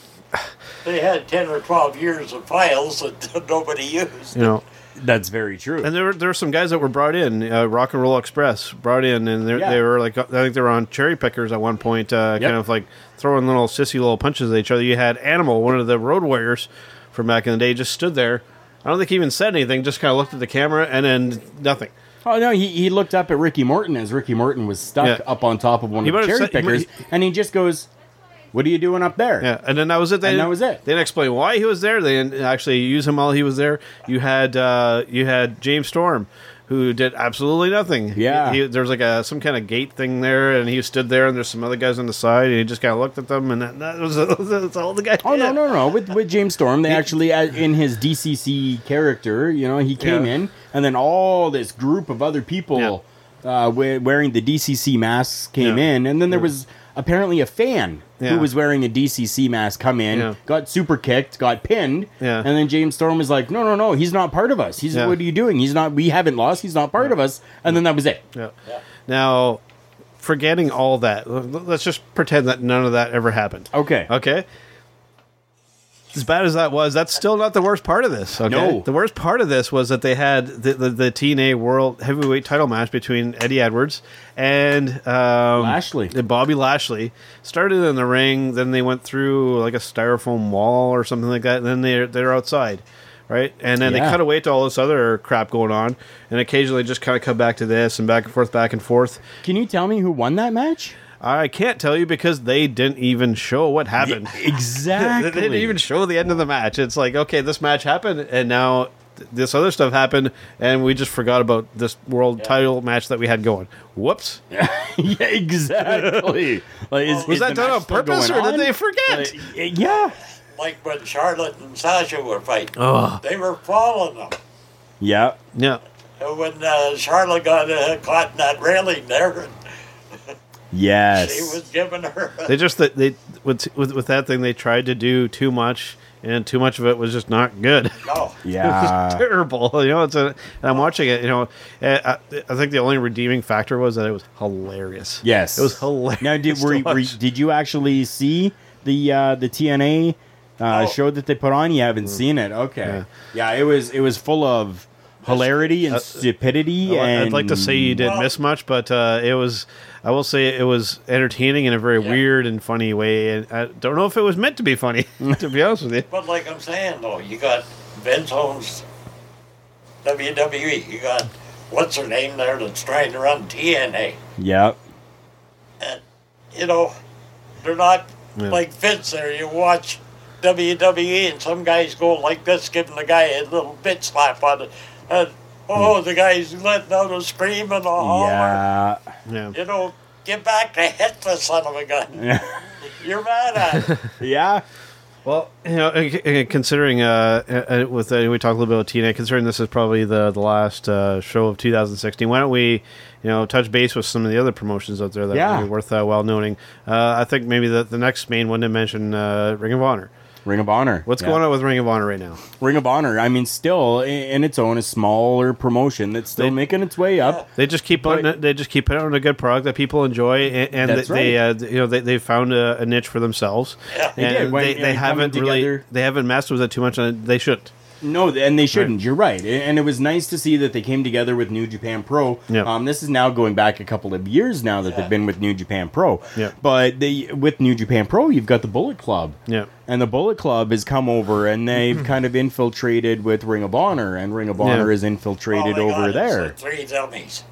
C: They had 10 or 12 years of files that nobody used.
A: you know
B: That's very true.
A: And there were there were some guys that were brought in, uh, Rock and Roll Express brought in, and they
B: Yeah.
A: they were like I think they were on cherry pickers at one point, uh,
B: Yep.
A: kind of like throwing little sissy little punches at each other. You had Animal, one of the Road Warriors from back in the day, just stood there. I don't think he even said anything, just kind of looked at the camera and then nothing.
B: Oh no, he, he looked up at Ricky Morton as Ricky Morton was stuck
A: Yeah.
B: up on top of one
A: He
B: of the
A: might've
B: cherry
A: said- he
B: pickers,
A: might-
B: and he just goes, "What are you doing up there?"
A: Yeah, and then that was it. They
B: And that
A: didn't-
B: was it.
A: They didn't explain why he was there. They didn't actually use him while he was there. You had uh, you had James Storm, who did absolutely nothing.
B: Yeah.
A: he, he- there was like a some kind of gate thing there, and he stood there, and there's some other guys on the side, and he just kind of looked at them, and that, that was that's all the guy.
B: Oh no
A: did.
B: no no! With with James Storm, they actually uh, in his DCC character, you know, he came
A: Yeah.
B: in, and then all this group of other people uh, we- wearing the DCC masks came
A: Yeah.
B: in, and then there was apparently a fan
A: Yeah.
B: who was wearing a DCC mask come in,
A: Yeah.
B: got super kicked, got pinned,
A: Yeah.
B: and then James Storm was like, "No no no, he's not part of us. He's
A: Yeah.
B: what are you doing? He's not. We haven't lost. He's not part of us." And then that was it.
A: Yeah. Now, forgetting all that, l- l- let's just pretend that none of that ever happened.
B: Okay.
A: Okay. As bad as that was, that's still not the worst part of this. Okay?
B: No.
A: The worst part of this was that they had the, the, the TNA World Heavyweight Title match between Eddie Edwards and um,
B: Lashley.
A: and Bobby Lashley. Started in the ring, then they went through like a styrofoam wall or something like that, and then they're they're outside, right? And then
B: Yeah.
A: they cut away to all this other crap going on, and occasionally just kind of come back to this and back and forth, back and forth.
B: Can you tell me who won that match?
A: I can't tell you because they didn't even show what happened.
B: Exactly.
A: They didn't even show the end of the match. It's like, okay, this match happened, and now th- this other stuff happened, and we just forgot about this world title match that we had going. Whoops!
B: yeah, exactly. Like, is,
A: Was
B: is
A: that
B: the
A: done
B: match
A: on
B: still
A: purpose, or
B: going
A: did
B: on?
A: they forget?
B: Uh, yeah.
C: Like when Charlotte and Sasha were fighting. They were following them.
B: Yeah.
A: yeah,
C: And when uh, Charlotte got uh, caught in that railing there,
B: Yes.
C: she was giving her.
A: they just they, they with, with with that thing they tried to do too much, and too much of it was just not good.
C: no.
A: It was
B: yeah.
A: terrible. You know, it's a, and I'm watching it. You know, and I, I think the only redeeming factor was that it was hilarious.
B: yes.
A: it was hilarious.
B: Now, did were,
A: to
B: you- were, you-
A: watch.
B: did you actually see the uh, the TNA uh,
A: Oh.
C: No.
B: show that they put on? You haven't
A: Mm.
B: seen it. Okay. Yeah. it was it was full of hilarity and stupidity.
A: Well, uh, I-
B: and
A: I'd like to say you didn't
C: Well-
A: miss much, but uh, it was. I will say it was entertaining in a very weird and funny way, and I don't know if it was meant to be funny. to be honest with you,
C: But like I'm saying, though, you got Vince Holmes, WWE. E. You got what's her name there that's trying to run TNA.
B: Yep.
C: And, you know, they're not
A: Yeah.
C: like Vince there. You watch WWE and some guys go like this, giving the guy a little bit slap on it. And, oh, the guy's letting out a scream and a
A: Oh
C: holler.
B: Hmm. Yeah.
A: yeah.
C: You know, get back to hit the son of a gun.
B: Yeah.
C: You're mad at it.
B: yeah.
A: Well, you know, and- and considering uh, uh, with uh, we talked a little bit about TNA. Considering this is probably the the last uh, show of 2016, why don't we, you know, touch base with some of the other promotions out there that
B: Yeah.
A: are worth uh, well noting? Uh, I think maybe the, the next main one to mention, uh, Ring of Honor.
B: Ring of Honor.
A: What's
B: Yeah.
A: going on with Ring of Honor right now?
B: Ring of Honor. I mean, still i- in its own a smaller promotion that's still
A: They-
B: making its way up.
A: They just keep putting
B: Right.
A: it, they just keep putting out a good product that people enjoy, and, and
B: That's
A: they, they uh, you know they they found a, a niche for themselves.
C: Yeah. They
A: And
B: did, when,
A: they,
B: you know,
A: they
B: coming
A: haven't really
B: together.
A: they haven't messed with it too much, and they shouldn't.
B: No, th- and they shouldn't. You're right. A- And it was nice to see that they came together with New Japan Pro.
A: Yeah.
B: Um, this is now going back a couple of years now that they've been with New Japan Pro.
A: Yeah.
B: But they with New Japan Pro, you've got the Bullet Club.
A: Yeah.
B: And the Bullet Club has come over and they've kind of infiltrated with Ring of Honor, and Ring of Honor is infiltrated
C: All
B: over
C: they got is the
B: there.
C: Three dummies.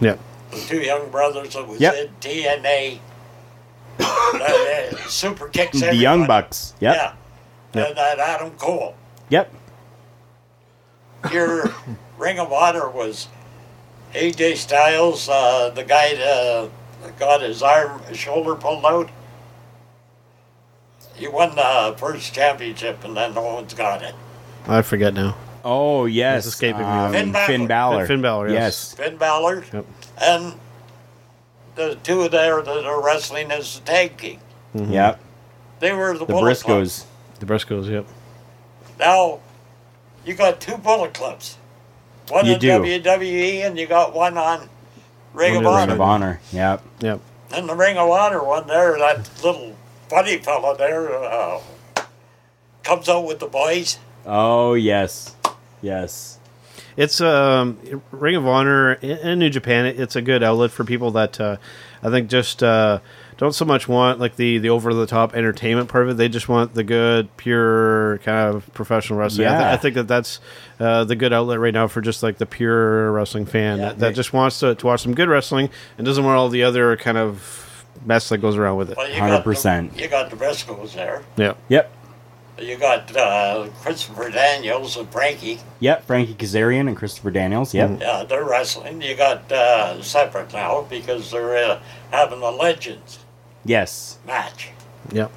A: Yeah,
C: the two young brothers that was
B: Yep.
C: in TNA. uh, super kicks
B: The
C: everybody.
B: Young Bucks. Yep.
C: Yeah.
A: Yep.
C: And that Adam Cole.
B: Yep.
C: Your Ring of Honor was AJ Styles, uh, the guy that uh, got his arm, his shoulder pulled out. He won the first championship and then no one's got it.
A: I forget now.
B: Oh yes,
A: It's escaping me.
B: Finn,
C: Finn Balor.
B: Finn Balor.
A: Finn Balor, yes.
C: Finn Balor,
A: Yep.
C: and the two there that are wrestling as the tag team.
B: Yep.
C: They were the,
B: The
C: Bullet Club.
B: Briscoes.
A: The Briscoes, yep.
C: Now, you got two Bullet Clubs. One
B: You
C: in
B: do.
C: WWE, and you got one on Ring
A: One
C: of
A: in
B: Ring
C: Honor.
B: of Honor. Yep.
A: Yep.
C: And the Ring of Honor one there, that little funny fellow there, uh, comes out with the boys.
B: Oh yes, yes.
A: It's um, Ring of Honor in in New Japan. it- It's a good outlet for people that uh, I think just uh, don't so much want like the, the over the top entertainment part of it. They just want the good, pure kind of professional wrestling. I,
B: Yeah.
A: th- I think that that's uh, the good outlet right now for just like the pure wrestling fan that, that
B: they-
A: just wants to, to watch some good wrestling and doesn't want all the other kind of mess that goes around with it.
C: Well, you Got
B: 100%.
C: the, you got the Briscoes there.
A: Yeah.
B: Yep.
C: You got uh, Christopher Daniels and Frankie.
B: Yep. Frankie Kazarian and Christopher Daniels. Yep.
C: Yeah, they're wrestling. You got uh, separate now because they're uh, having a Legends
B: Yes.
C: match.
A: Yeah.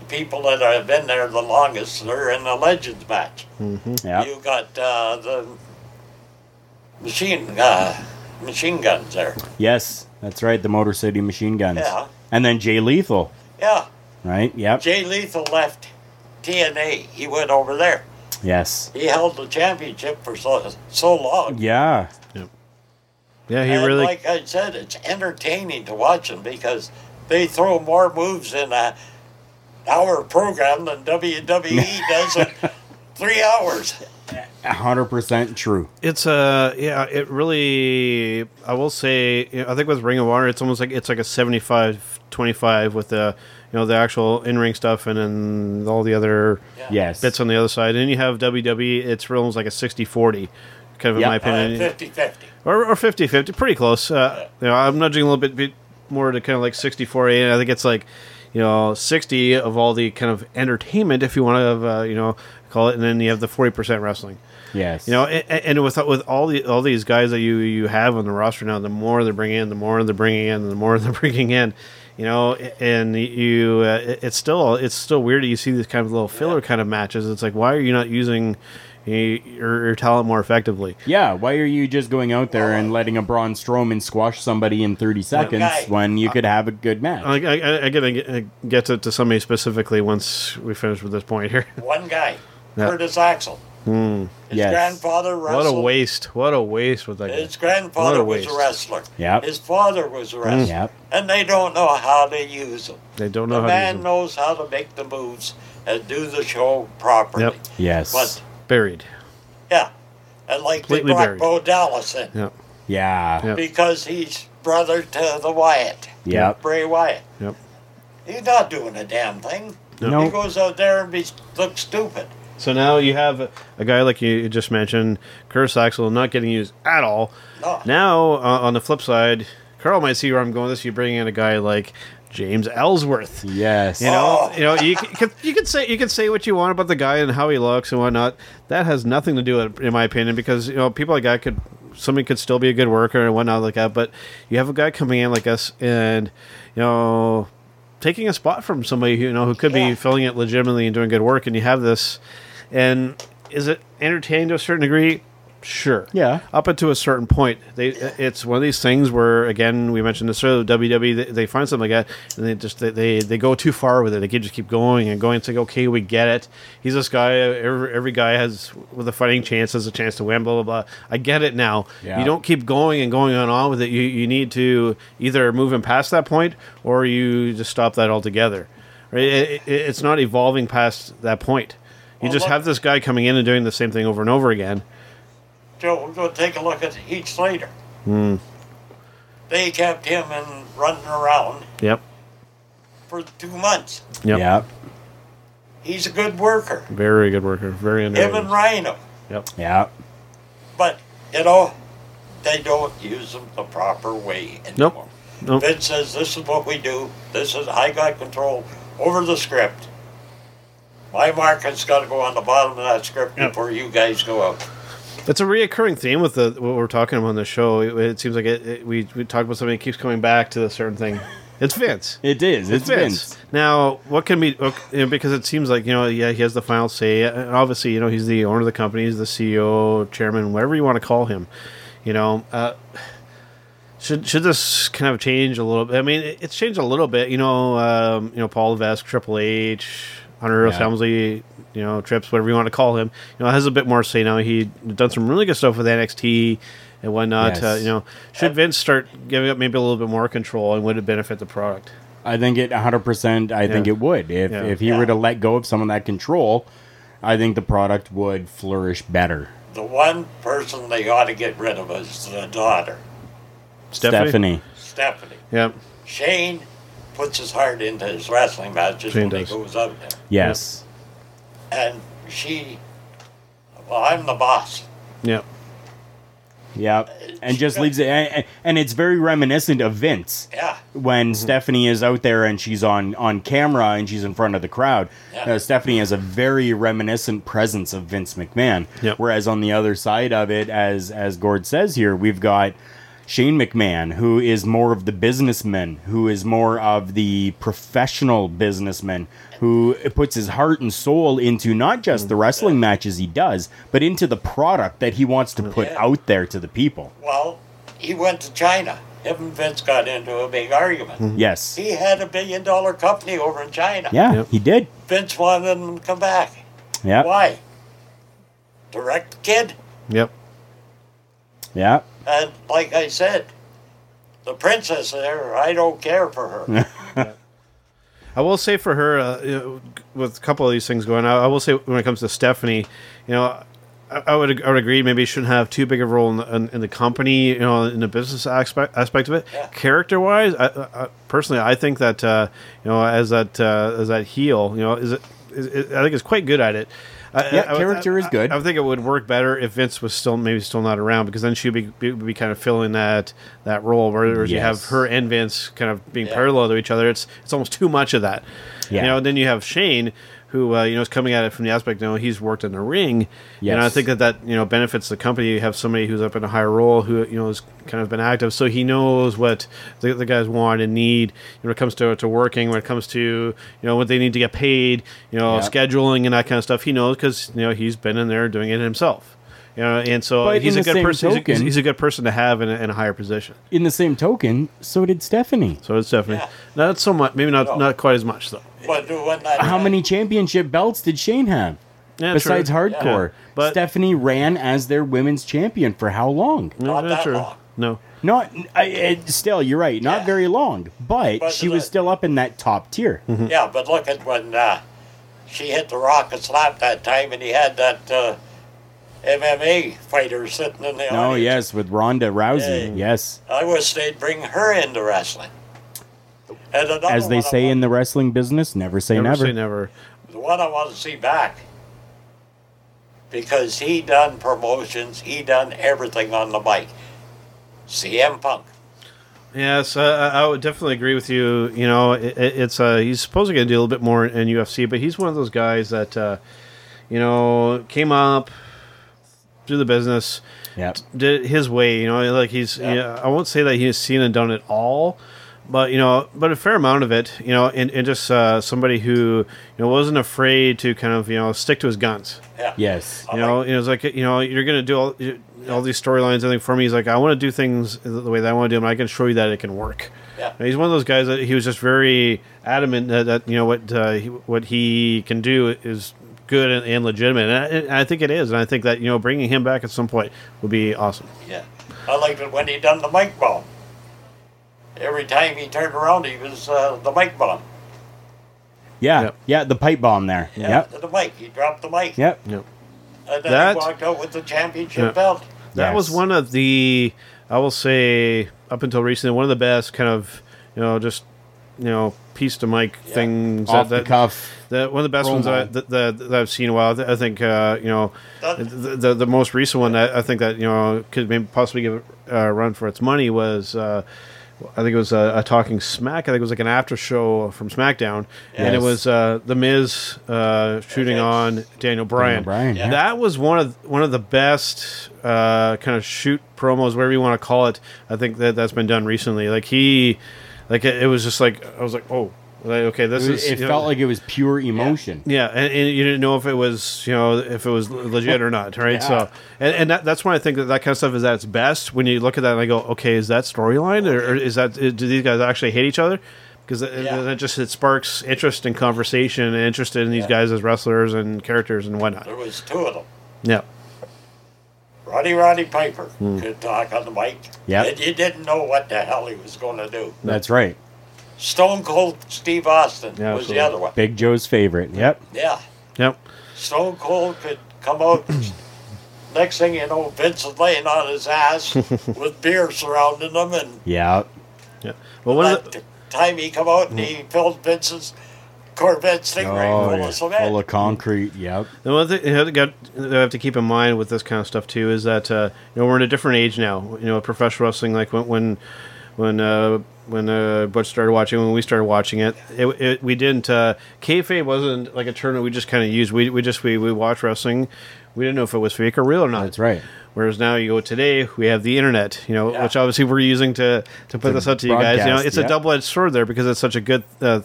C: The people that have been there the longest, they're in the Legends match.
B: Yep.
C: Mm-hmm. You got uh, the machine uh, machine guns there.
B: Yes. That's right. The Motor City Machine Guns.
C: Yeah.
B: And then Jay Lethal.
C: Yeah,
B: Right. Yep.
C: Jay Lethal left TNA. He went over there.
B: yes.
C: He held the championship for so, so long.
B: Yeah.
A: Yeah, he
C: and
A: really.
C: like I said, it's entertaining to watch them because they throw more moves in a hour program than WWE does in three hours.
B: A hundred percent true.
A: It's uh, yeah. It really, I will say, you know, I think with Ring of Honor, it's almost like it's like a 75-25 with the, you know, the actual in ring stuff and then all the other
C: Yeah.
B: Yes.
A: bits on the other side. And then you have WWE. It's almost like a 60-40, kind of in
B: Yeah.
A: my
B: Uh,
A: opinion,
C: 50 50.
A: or, or 50-50, pretty close. Uh, you know, I'm nudging a little bit, bit more to kind of like 60-40, and I think it's like, you know, sixty of all the kind of entertainment, if you want to, uh, you know, call it, and then you have the forty percent wrestling.
B: yes.
A: You know, and, and with with all the all these guys that you you have on the roster now, the more they're bringing in, the more they're bringing in, the more they're bringing in. You know, and you uh, it- it's still it's still weird. that You see these kind of little filler kind of matches. It's like, why are you not using y- your, your talent more effectively?
B: Yeah, why are you just going out there and letting a Braun Strowman squash somebody in 30 seconds
C: Okay.
B: when you could have a good match?
A: I, I, I, I gotta get, get to, to somebody specifically once we finish with this point here.
C: One guy,
A: Yeah. Hmm.
C: Curtis Axel. His
B: Yes.
C: grandfather
A: what a
C: wrestled.
A: waste! What a waste with that.
C: His
A: guy.
C: grandfather
A: What a
C: was a
A: waste. Mm.
C: wrestler.
B: Yep.
C: His father was a wrestler.
B: Yep.
C: And they don't know how to use them.
A: They don't know
C: The
A: how to use
C: man
A: them.
C: knows how to make the moves and do the show properly.
A: Yep.
B: Yes.
C: But
A: Buried.
C: yeah, and like
A: Completely
C: they brought
A: buried.
C: Bo Dallas in
A: Yeah.
B: yeah.
A: Yeah.
C: because he's brother to the Wyatt.
B: Yep.
C: Bray Wyatt.
A: Yep.
C: He's not doing a damn thing.
B: No.
C: He goes out there and be, looks stupid.
A: So now you have a guy like you just mentioned, Curtis Axel, not getting used at all.
C: No.
A: Now, uh, on the flip side, Carl might see where I'm going with this. You bring in a guy like James Ellsworth.
B: Yes.
A: You know,
C: Oh.
A: you know, you c- c- you can say you can say what you want about the guy and how he looks and whatnot. That has nothing to do with, it, in my opinion, because you know people like that could somebody could still be a good worker and whatnot like that. But you have a guy coming in like us, and you know, taking a spot from somebody who you know who could
C: Yeah.
A: be filling it legitimately and doing good work, and you have this, and is it entertaining to a certain degree? Sure.
B: Yeah.
A: Up until a certain point, they it's one of these things where again we mentioned this earlier. WWE E, they, they find something like that and they just they, they they go too far with it. They can just keep going and going. It's like okay, we get it. He's this guy. Every, every guy has with a fighting chance has a chance to win. Blah blah blah. I get it now.
B: Yeah.
A: You don't keep going and going on and on with it. You you need to either move him past that point or you just stop that altogether. Right? It, it- it's not evolving past that point. You
C: Well,
A: just
C: look-
A: have this guy coming in and doing the same thing over and over again.
C: So we'll go take a look at Heath Slater.
A: Hmm.
C: They kept him and running around
A: Yep.
C: for two months.
A: Yep.
B: Yep.
C: He's a good worker.
A: Very good worker. Very
C: Him
A: underrated.
C: and Rhino.
A: Yep.
B: Yep.
C: But, you know, they don't use them the proper way anymore.
A: Nope. Nope.
C: Vince says, this is what we do. This is, I got control over the script. My market's got to go on the bottom of that script
A: Yep.
C: before you guys go out.
A: It's a reoccurring theme with the what we're talking about on the show. It, it seems like it, it- we we talk about something that keeps coming back to a certain thing. It's Vince.
B: It is. It's, Vince.
A: Now, what can be ok- you know, because it seems like you know, yeah, he has the final say, and obviously, you know, he's the owner of the company, he's the CEO, chairman, whatever you want to call him. You know, uh, should should this kind of change a little bit? I mean, it- it's changed a little bit. You know, um, you know, Paul Levesque, Triple H, Hunter Earth
B: Yeah.
A: Helmsley, you know, Trips, whatever you want to call him. You know, has a bit more say now. He done some really good stuff with NXT and whatnot.
B: Yes.
A: Uh, you know, should Vince start giving up maybe a little bit more control, and would it benefit the product?
B: I think it 100%. I think
A: Yeah.
B: it would. If,
A: Yeah.
B: if he were to let go of some of that control, I think the product would flourish better.
C: The one person they ought to get rid of is the daughter,
A: Stephanie?
B: Stephanie.
C: Stephanie.
A: Yep.
C: Shane puts his heart into his wrestling matches
A: Shane
C: when
A: does.
C: he goes out there.
B: Yes.
C: And she, well, I'm the boss.
A: Yep.
B: Yep. And just leaves it. And, and it's very reminiscent of Vince.
C: Yeah.
B: when
A: Mm-hmm.
B: Stephanie is out there and she's on on camera and she's in front of the crowd.
C: Yeah.
B: Uh, Stephanie has a very reminiscent presence of Vince McMahon.
A: Yep.
B: Whereas on the other side of it, as as Gord says here, we've got Shane McMahon, who is more of the businessman, who is more of the professional businessman, who puts his heart and soul into not just the
A: Mm-hmm.
B: wrestling matches he does, but into the product that he wants
A: Mm-hmm.
B: to put
C: Yeah.
B: out there to the people.
C: Well, he went to China. Him and Vince got into a big argument.
A: Mm-hmm.
B: Yes.
C: He had a billion dollar company over in China.
B: Mm-hmm. Yeah,
A: Yep.
B: he did.
C: Vince wanted him to come back.
B: Yeah.
C: Why? Direct the kid.
A: Yep.
B: Yeah.
C: And like I said, the princess there, I don't care for her.
A: I will say for her, uh, you know, with a couple of these things going on, I will say when it comes to Stephanie, you know, I, I would I would agree maybe she shouldn't have too big a role in the, in, in the company, you know, in the business aspect aspect of it.
C: Yeah.
A: Character wise, I, I, I- personally, I think that uh, you know as that uh, as that heel, you know, is it, is, is- I think it's quite good at it. I-
B: Yeah,
A: I- I would-
B: character is
A: I-
B: good.
A: I, would think it would work better if Vince was still maybe still not around because then she'd be, be, be kind of filling that that role. Whereas you have
B: Yes.
A: her and Vince kind of being
C: Yeah.
A: parallel to each other, it's it's almost too much of that.
B: Yeah.
A: You know, then you have Shane, who uh, you know is coming at it from the aspect. You know, he's worked in the ring, and I
B: Yes.
A: think that that you know benefits the company. You have somebody who's up in a high role who you know has kind of been active, so he knows what the, the guys want and need. You know, when it comes to to working, when it comes to you know what they need to get paid, you know,
B: Yeah.
A: scheduling and that kind of stuff. He knows because you know he's been in there doing it himself. You know, and so
B: But
A: he's
B: in
A: a
B: the
A: good
B: same
A: person. He's a- He's,
B: token-
A: a, good person to have in a, in a higher position.
B: in the same token, so did Stephanie.
A: So it's definitely
C: Yeah.
A: not so much. Maybe not
C: No.
A: not quite as much though.
C: But when that
B: How many championship belts did Shane have?
A: Yeah,
B: Besides
A: true.
B: hardcore,
A: Yeah. But-
B: Stephanie ran as their women's champion for how long?
A: No,
C: Not
A: that's
C: that
A: true.
C: long.
A: No.
B: Not I, it, still. You're right. Not
C: Yeah.
B: very long, but,
C: But
B: she
C: the- Mhm.
B: was still up in that top tier.
C: Yeah, but look at when uh, she hit the rock and slap that time, and he had that uh, MMA fighter sitting in the
B: Oh
C: audience.
B: yes, with Ronda Rousey.
C: Yeah.
B: Yes,
C: I wish they'd bring her into wrestling. And another
B: as they
C: one I
B: say
C: want-
B: in the wrestling business, never say
A: Never
B: never.
A: say never.
C: The one I want to see back. Because he done promotions, he done everything on the bike. CM Punk.
A: Yes, uh, I I would definitely agree with you. You know, it, it- it's uh, he's supposedly going to do a little bit more in UFC, but he's one of those guys that uh, you know came up, do the business,
B: Yep.
A: did it his way. You know, like he's.
C: Yeah.
A: yeah, I won't say that he's seen and done it all, but you know, but a fair amount of it. You know, and, and just uh, somebody who you know wasn't afraid to kind of you know stick to his guns.
C: Yeah.
B: Yes.
A: You know, you know, it's like you know, you're gonna do all you- all these storylines. I think for me, he's like, I want to do things the the way that I want to do them. and I can show you that it can work.
C: Yeah.
A: And he's one of those guys that he was just very adamant that, that you know what uh, he, what he can do is good and, and legitimate. And I, and I think it is, and I think that you know bringing him back at some point would be awesome.
C: Yeah. I liked it when he done the mic bomb. Every time he turned around, he was uh, the mic bomb.
B: Yeah.
A: Yep.
B: Yeah. The pipe bomb there. Yep.
C: The mic. He dropped the mic.
B: Yep.
A: Yep.
C: And then
A: That-
C: he walked out with the championship
A: Yeah.
C: belt.
A: That was
B: Yes.
A: one of the, I will say, up until recently, one of the best kind of, you know, just, you know, piece to mic
C: Yeah.
A: things.
B: Off
A: that,
B: the cuff.
A: The, one of the best ones that, I,
B: Promo.
A: that, that, that I've seen in a while. I think uh, you know
C: That-
A: the, the the most recent one. I, I think that you know could maybe possibly give it a run for its money was. Uh, I think it was a, a talking smack. I think it was like an after show from SmackDown, and it
B: Yes.
A: was uh, the Miz uh, shooting
C: Yes.
A: on Daniel Bryan.
B: Bryan, yeah.
A: That was one of one of the best uh, kind of shoot promos, whatever you want to call it. I think that that's been done recently. Like he, Like it, it was just like I was like, oh, like, okay, this
B: It,
A: is.
B: it
A: you know-
B: felt like it was pure emotion.
A: yeah, and, and you didn't know if it was you know if it was legit or not, right? So, and, and that, that's why I think that that kind of stuff is at its best when you look at that and I go, okay, is that storyline or, or is that do these guys actually hate each other? Because that
C: Yeah.
A: that just it sparks interest in conversation and interest in these guys as wrestlers and characters and whatnot.
C: There was two of them.
A: Yeah,
C: Roddy Roddy Piper
A: Hmm.
C: could talk on the mic.
B: Yep.
C: And you didn't know what the hell he was going to do.
B: That's right.
C: Stone Cold Steve Austin
A: Yeah,
C: was
A: absolutely.
C: the other one.
B: Big Joe's favorite. Yep.
C: Yeah.
A: yep,
C: Stone Cold could come out. next thing you know, Vince is laying on his ass with beer surrounding him. And
B: Yeah.
A: yeah. Well, one of
C: that
A: the, Hmm.
C: time he come out and he filled Vince's Corvette Stingray
B: Oh,
C: full
B: yeah.
C: of cement.
B: Full of concrete. Yep.
A: the one thing you have, to get, that I have to keep in mind with this kind of stuff too is that uh, you know we're in a different age now. You know, professional wrestling like when when when uh, when uh, Butch started watching, when we started watching it, it, it we didn't uh, kayfabe wasn't like a term that we just kind of used. We we just we we watched wrestling. We didn't know if it was fake or real or not.
B: That's right.
A: Whereas now you go today, we have the internet, you know,
C: Yeah.
A: which obviously we're using to to put this out to you guys. You know,
B: broadcast,
A: it's a
B: yeah.
A: double edged sword there because it's such a good uh,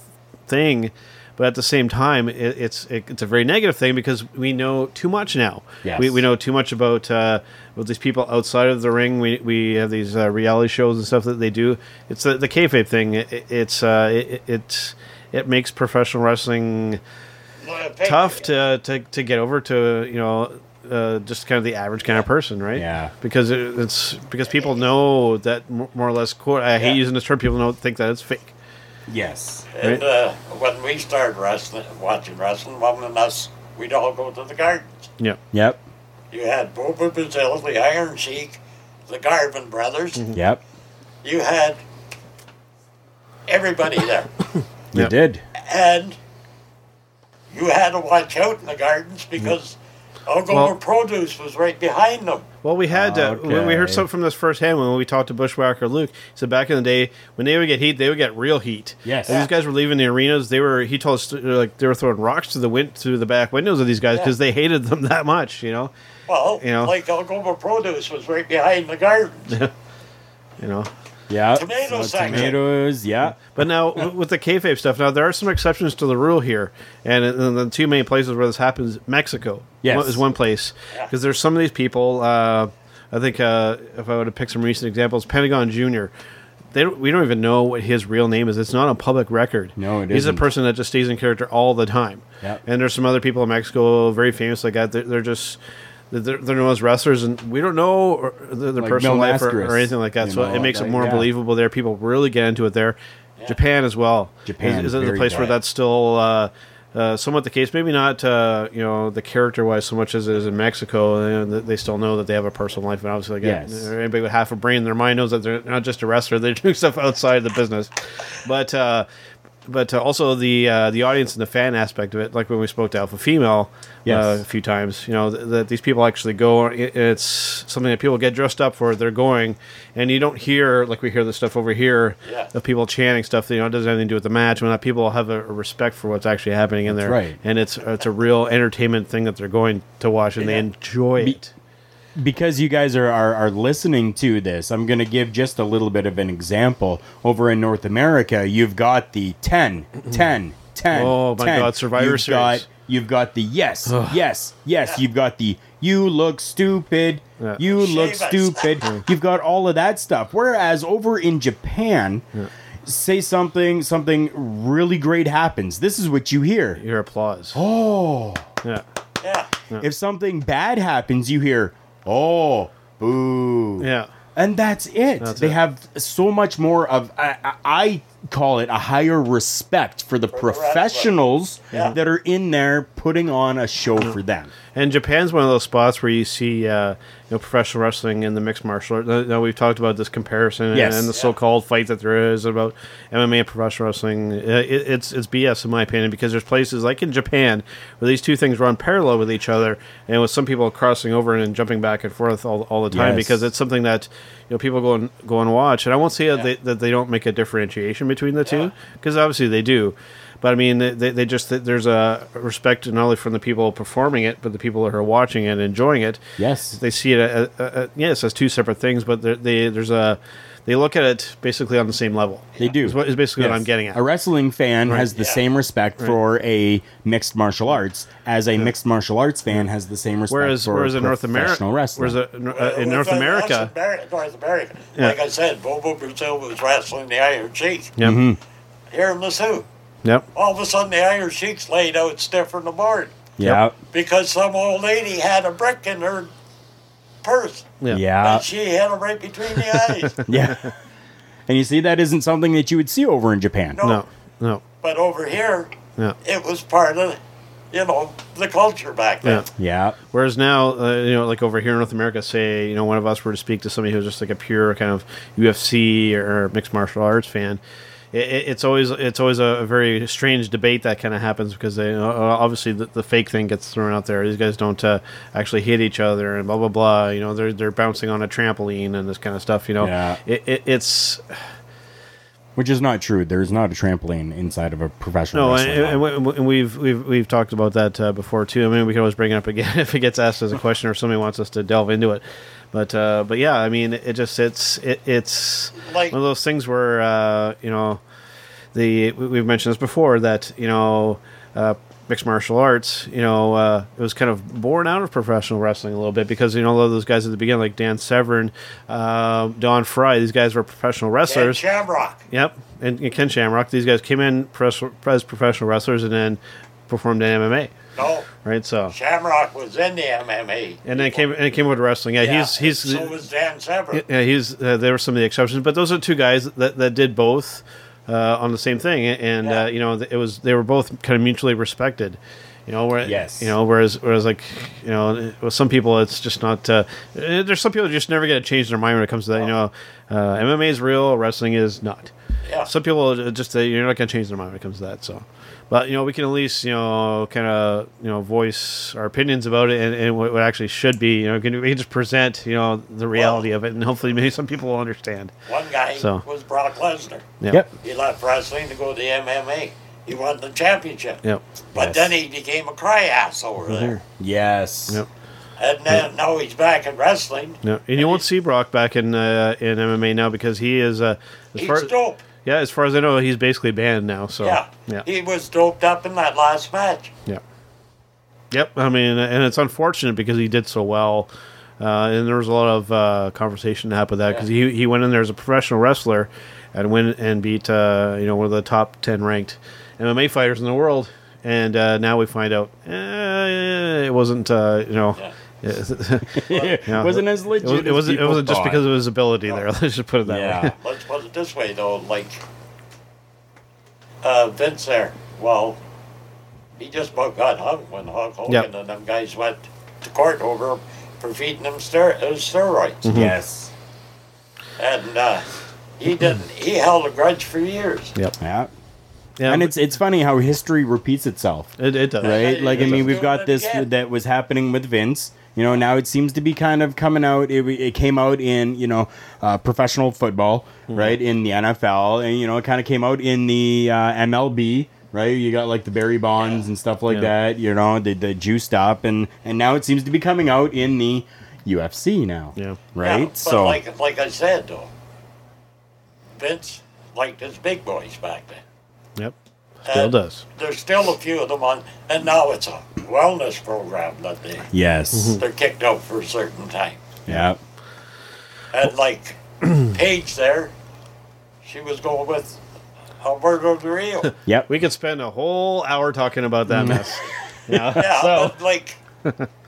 A: thing, but at the same time, it, it's it, it's a very negative thing because we know too much now.
B: Yes.
A: We, we know too much about uh, about these people outside of the ring. We, we have these uh, reality shows and stuff that they do. It's the, the kayfabe thing. It, it- it's uh, it, it's it makes professional wrestling tough to, to, to get over to you know uh, just kind of the average kind of person, right?
B: Yeah.
A: Because it, it's because people know that mo- more or less. Quote, I hate
C: Yeah.
A: using this term. People know think that it's fake.
B: Yes.
C: And uh, when we started wrestling, watching wrestling, one of us, we'd all go to the gardens.
A: Yeah.
B: Yep.
C: You had Boba Brazil, the Iron Sheik, the Garvin brothers.
A: Mm-hmm.
B: Yep.
C: You had everybody there.
B: You
A: Yep.
B: did.
C: and you had to watch out in the gardens because Algoma
A: Mm-hmm. Well-
C: Produce was right behind them.
A: Well, we had uh, when we heard
B: Okay.
A: something from this firsthand when we talked to Bushwhacker Luke. He said back in the day when they would get heat, they would get real heat.
B: Yes.
A: And these guys were leaving the arenas. They were he told us uh, like they were throwing rocks through the wind through the back windows of these guys
C: Yeah.
A: because they hated them that much. You know.
C: Well,
A: You know.
C: like Algoma Produce was right behind the gardens.
A: You know.
B: Yeah.
C: Tomato section.
B: tomatoes. Yeah.
A: But now w- with the kayfabe stuff, now there are some exceptions to the rule here, and, and the two main places where this happens, Mexico,
B: Yes.
A: one- is one place because there's some of these people. Uh, I think uh, if I were to pick some recent examples, Pentagon Junior. They don't, we don't even know what his real name is. It's not on public record.
B: No, it
A: He's a
B: isn't.
A: person that just stays in character all the time.
B: Yep.
A: And there's some other people in Mexico, very famous like that. They're, they're just they're, they're known as wrestlers, and we don't know or- their, their
B: Like
A: personal
B: Mel
A: life or, or
B: Mascaris,
A: anything like that.
B: you
A: So
B: know,
A: it makes it
B: like,
A: more
B: yeah.
A: believable unbelievable there. People really get into it there. Japan as well. is,
B: Japan is
A: is it the
B: very
A: place where
B: good.
A: that's still uh, uh, somewhat the case? Maybe not. Uh, you know, the character wise, so much as it is in Mexico, they, they still know that they have a personal life, and obviously, like uh,
B: Yes.
A: anybody with half a brain in their mind knows that they're not just a wrestler; they're doing stuff outside of the business. But uh, but uh, also the uh, the audience and the fan aspect of it, like when we spoke to Alpha Female.
B: Yes.
A: Uh, a few times, you know th- that these people actually go. it- It's something that people get dressed up for. They're going, and you don't hear like we hear this stuff over here
C: Yeah.
A: of people chanting stuff that you know it doesn't have anything to do with the match. When that people have a, a respect for what's actually happening in there,
B: right.
A: And it's it's a real entertainment thing that they're going to watch and they
C: Yeah.
A: enjoy
B: Be-
A: it.
B: because you guys are, are, are listening to this, I'm going to give just a little bit of an example. Over in North America, you've got the 10, 10, 10.
A: Oh, my
B: 10.
A: God, Survivor
B: you've
A: Series.
B: Got, you've got the yes, yes, yes. You've got the you look stupid,
A: Yeah.
B: you
C: Shave
B: look
C: us.
B: stupid. you've got all of that stuff. Whereas over in Japan, say something, something really great happens. This is what you hear.
A: Your applause.
B: Oh.
A: Yeah.
C: Yeah.
B: If something bad happens, you hear, oh, boo.
A: Yeah.
B: And that's it. they
A: it.
B: have so much more of, I, I- I call it a higher respect for the
C: the wrestler.
B: professionals
C: Yeah.
B: that are in there putting on a show
A: Uh-huh.
B: for them.
A: And Japan's one of those spots where you see, uh, you know, professional wrestling and the mixed martial art. Now we've talked about this comparison and-
B: Yes.
A: and the
B: Yeah.
A: so-called fight that there is about MMA and professional wrestling. Uh, It, it's it's BS in my opinion because there's places like in Japan where these two things run parallel with each other, and with some people crossing over and jumping back and forth all, all the time
B: Yes.
A: because it's something that you know people go and go and watch. And I won't say that, they, that they don't make a differentiation between the two because obviously they do. But I mean, they, they just there's a respect not only from the people performing it, but the people who are watching it and enjoying it.
B: Yes.
A: they see it. uh uh uh yes, as two separate things, but there- they, there's a they look at it basically on the same level.
B: They do.
A: Is, what, is basically what
B: Yes.
A: I'm getting at.
B: A wrestling fan has the
C: Yeah.
B: same respect for a mixed martial arts as a mixed martial arts fan has the same respect
A: Whereas,
B: for
A: whereas in North America,
B: professional wrestling.
A: whereas uh, in uh, in
C: Well,
A: North
C: that's
A: America,
C: Ameri- North America.
A: Yeah.
C: Like I said, Bobo Brazil was wrestling the Iron Sheik
A: yep,
B: Mm-hmm.
C: here in the Sioux.
A: yep,
C: All of a sudden, the Iron Sheik's laid out stiff in the board
B: yeah,
C: because some old lady had a brick in her purse.
A: yeah,
B: yeah,
C: and she had him right between the eyes.
B: yeah. and you see, that isn't something that you would see over in Japan.
C: No.
A: no, no,
C: But over here,
A: yeah.
C: it was part of, you know, the culture back then.
A: Yeah.
B: Yeah,
A: Whereas now, uh, you know, like over here in North America, say, you know, one of us were to speak to somebody who's just like a pure kind of UFC or mixed martial arts fan, i i it's always it's always a, a very strange debate that kind of happens because they uh, obviously the, the fake thing gets thrown out there. These guys don't uh, actually hit each other and blah blah blah. You know, they're they're bouncing on a trampoline and this kind of stuff. You know,
B: Yeah.
A: it, it, it's
B: which is not true. There's not a trampoline inside of a professional.
A: No, and,
B: wrestling
A: and,
B: ring.
A: and we- and we've we've we've talked about that uh, before too. I mean, we can always bring it up again if it gets asked as a question or somebody wants us to delve into it. But uh, but yeah, I mean, it just it's it, it's
C: Like-
A: one of those things where uh, you know the we- we've mentioned this before that you know uh, mixed martial arts you know uh, it was kind of born out of professional wrestling a little bit because you know a lot of those guys at the beginning like Dan Severn, uh, Don Fry, these guys were professional
C: And
A: wrestlers.
C: Shamrock.
A: Yep, and, and Ken Shamrock. These guys came in pres- as professional wrestlers and then performed in MMA,
C: No,
A: right? So
C: Shamrock was in the MMA.
A: and then came and came over to wrestling. Yeah,
C: Yeah,
A: he's he's
C: and so was Dan Severn.
A: yeah, he's uh, there were some of the exceptions, but those are two guys that, that did both uh, on the same thing, and
C: Yeah.
A: uh, you know it was they were both kind of mutually respected. You know, where,
B: Yes.
A: You know, whereas whereas like you know with some people it's just not. Uh, eh, there's some people who just never going to change their mind when it comes to that. You know, uh, MMA is real, wrestling is not.
C: Yeah.
A: Some people are just uh, you're not going to change their mind when it comes to that. So. But you know we can at least you know kind of you know voice our opinions about it and, and what, what actually should be you know we can, we can just present you know the reality of it, and hopefully maybe some people will understand.
C: One guy
A: So.
C: was Brock Lesnar.
A: Yeah.
B: Yep.
C: He left wrestling to go to the MMA. He won the championship.
A: Yep.
C: But
B: Yes.
C: then he became a cry ass over there.
B: Yes.
A: Yep.
C: And now, now he's back in wrestling.
A: No, and you won't see Brock back in uh, in MMA now because he is uh, as
C: He's
A: far
C: dope.
A: yeah as far as I know he's basically banned now. So
C: Yeah.
A: yeah,
C: He was doped up in that last match.
A: yeah. yep. I mean, and it's unfortunate because he did so well. Uh, and there was a lot of uh, conversation that happened with that because he, he went in there as a professional wrestler and win and beat uh, you know one of the top ten ranked MMA fighters in the world, and uh, now we find out eh, it wasn't uh, you know.
B: it wasn't as legit.
A: It, was, it wasn't. It
B: as people
A: wasn't just
B: thought.
A: because of his ability there. Let's just put it that way.
B: Yeah.
C: Let's put it this way, though. Like, uh, Vince there, well, he just about got hung when Hulk Hogan
A: Yep.
C: and them guys went to court over him for feeding him ster- uh, steroids.
A: Mm-hmm.
B: yes.
C: And uh, he didn't. He held a grudge for years.
A: Yep.
B: Yeah.
A: Yeah,
B: and it's it's funny how history repeats itself.
A: it, it does.
B: right? Like, I
C: Yeah.
B: mean, we've got this
C: Yeah.
B: that was happening with Vince. You know, now it seems to be kind of coming out. It, it came out in you know uh, professional football,
A: Mm-hmm.
B: right? In the NFL, and you know, it kind of came out in the uh, MLB, right? You got like the Barry Bonds and stuff like
A: Yeah.
B: that. You know, the the juiced up, and and now it seems to be coming out in the UFC now,
A: Yeah.
B: right?
C: Yeah, but
B: so
C: like, like I said, though, Vince liked his big boys back then.
A: Yep. Still
C: And
A: does.
C: There's still a few of them on, and now it's a wellness program that they
B: yes,
A: Mm-hmm.
C: they're kicked out for a certain time.
B: yeah,
C: And like Paige there, she was going with Alberto Del Rio. yeah,
B: yep.
A: We could spend a whole hour talking about that mess. Yeah. so.
C: but like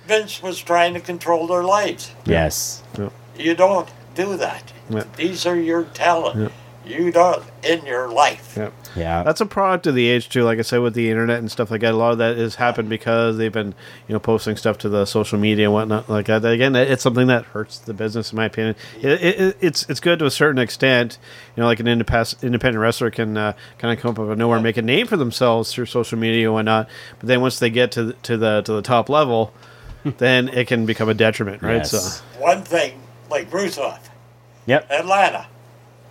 C: Vince was trying to control their lives.
B: yes,
A: Yep.
C: You don't do that.
A: Yeah.
C: These are your talent. You don't in your life.
A: Yep.
B: yeah.
A: That's a product of the age too. Like I said, with the internet and stuff like that, a lot of that has happened because they've been, you know, posting stuff to the social media and whatnot like that. Again, it- it's something that hurts the business, in my opinion. It, it, it- it's it's good to a certain extent. You know, like an independent independent wrestler can uh, kind of come up out of nowhere, and make a name for themselves through social media and whatnot. But then once they get to the, to the to the top level, then it can become a detriment, right?
B: Yes.
A: So
C: One thing, like Rusev,
B: yep.
C: Atlanta,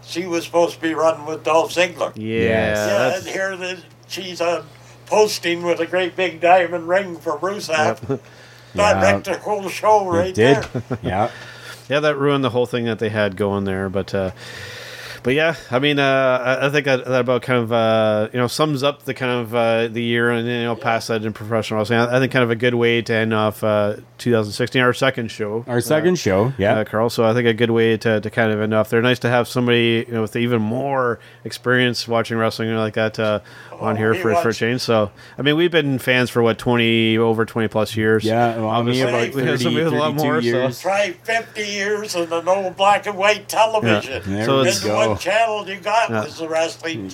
C: she was supposed to be running with Dolph Ziggler.
A: yeah,
B: Yes.
C: Yeah,
A: that's-
C: and here that she's on posting with a great big diamond ring for Rusev. That
B: Yeah.
C: wrecked the whole show right
B: did
C: there.
B: yeah.
A: yeah, that ruined the whole thing that they had going there. But uh, but yeah, I mean, uh, I, I think that, that about kind of uh, you know sums up the kind of uh, the year and you know past that in professional wrestling. I, I think kind of a good way to end off uh, 2016, our second show,
B: Our second show, yeah.
A: uh, Carl. So I think a good way to, to kind of end off there. Nice to have somebody you know with even more experience watching wrestling like that uh,
B: Oh,
A: on here
C: we
A: for, for a
C: watched-
A: change. So I mean, we've been fans for what 20 over 20 plus years.
B: yeah, well,
A: Obviously,
B: me about
A: we had
B: 30,
A: somebody with a lot
B: 32
A: more, so-
B: years.
C: Try 50 years in an old black and white television.
A: Yeah.
B: There
A: So
B: we
A: it's-
C: That's
B: go.
C: what channel you got
A: Yeah.
C: was the wrestling.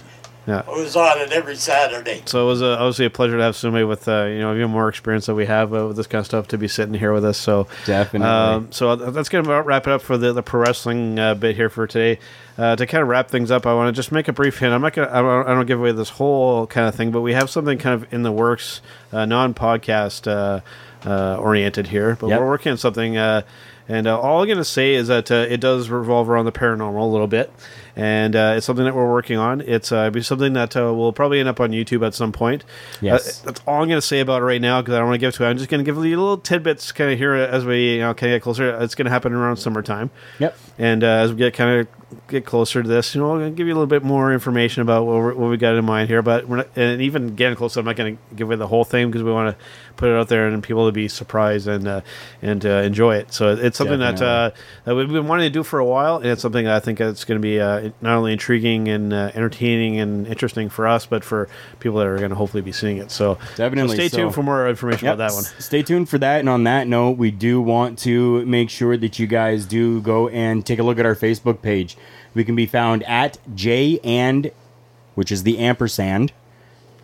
A: Yeah.
C: It was on it every Saturday.
A: So it was uh obviously a pleasure to have somebody with uh, you know even more experience that we have uh, with this kind of stuff to be sitting here with us. So
B: Definitely.
A: Um, so that's going to wrap it up for the, the pro wrestling uh, bit here for today. Uh, to kind of wrap things up, I want to just make a brief hint. I'm not going. I don't, I don't give away this whole kind of thing, but we have something kind of in the works, uh, non-podcast uh, uh, oriented here. But
B: Yep.
A: we're working on something. Uh, and uh, all I'm going to say is that uh, it does revolve around the paranormal a little bit, and uh, it's something that we're working on. It's uh, be something that uh, will probably end up on YouTube at some point.
B: Yes.
A: Uh, that's all I'm going to say about it right now because I don't want to give to it. I'm just going to give you little tidbits kind of here as we you know kind of get closer. It's going to happen around summertime.
B: Yep.
A: And uh, as we get kind of get closer to this, you know, I'm going to give you a little bit more information about what, we're, what we got in mind here. But we're not, and even getting closer, I'm not going to give away the whole thing because we want to put it out there and people to be surprised and uh, and uh, enjoy it. So it's something that uh, that we've been wanting to do for a while, and it's something that I think it's going to be uh, not only intriguing and uh, entertaining and interesting for us, but for people that are going to hopefully be seeing it. So
B: Definitely
A: so stay
B: so.
A: tuned for more information about that one.
B: S- Stay tuned for that. And on that note, we do want to make sure that you guys do go and take a look at our Facebook page. We can be found at J and, which is the ampersand,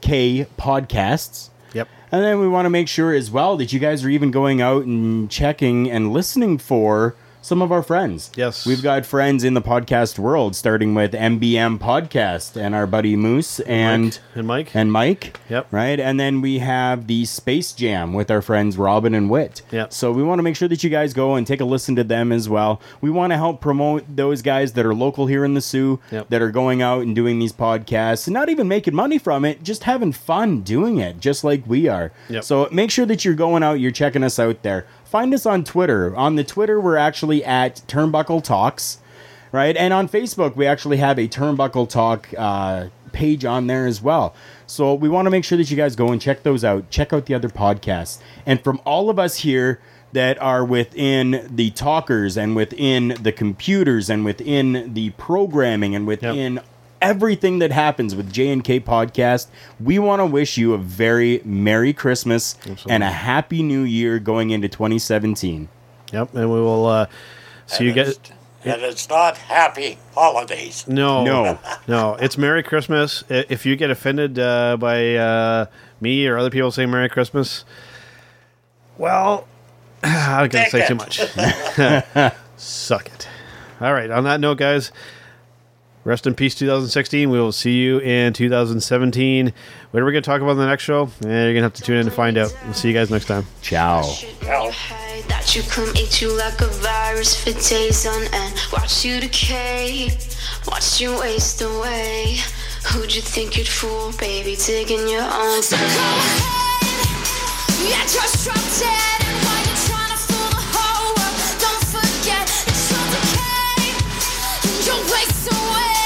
B: K podcasts.
A: Yep.
B: And then we want to make sure as well that you guys are even going out and checking and listening for some of our friends.
A: Yes.
B: We've got friends in the podcast world, starting with MBM Podcast and our buddy Moose and
A: And Mike.
B: and Mike.
A: Yep.
B: Right. And then we have the Space Jam with our friends Robin and Wit.
A: Yep.
B: So we want to make sure that you guys go and take a listen to them as well. We want to help promote those guys that are local here in the Sioux
A: Yep.
B: that are going out and doing these podcasts and not even making money from it, just having fun doing it, just like we are.
A: Yep.
B: So make sure that you're going out, you're checking us out there. Find us on Twitter. On the Twitter, we're actually at Turnbuckle Talks right? And on Facebook, we actually have a Turnbuckle Talk uh, page on there as well. So we want to make sure that you guys go and check those out. Check out the other podcasts. And from all of us here that are within the talkers and within the computers and within the programming and within everything that happens with J&K podcast, we want to wish you a very merry Christmas and a happy new year going into 2017.
A: Yep. And we will uh, see you guys.
C: And it's not happy holidays.
A: No,
B: No.
A: no. It's Merry Christmas. I- If you get offended uh, by uh, me or other people saying Merry Christmas, well, I'm not gonna
C: Dick
A: say
C: it.
A: too much. Suck it. All right. On that note, guys, rest in peace, 2016. We will see you in 2017. What are we gonna talk about in the next show? Eh, you're gonna have to tune in to find out. We'll see you guys next time.
B: Ciao.
D: Shit when you hide That you come eat you like a virus for days on end. Watch you decay, watch you waste away. Who'd you think you'd fool, baby? Digging your own.
E: So go ahead, yeah, just drop dead. And while you're trying to fool the whole world, don't forget it's all decay. And you'll waste away.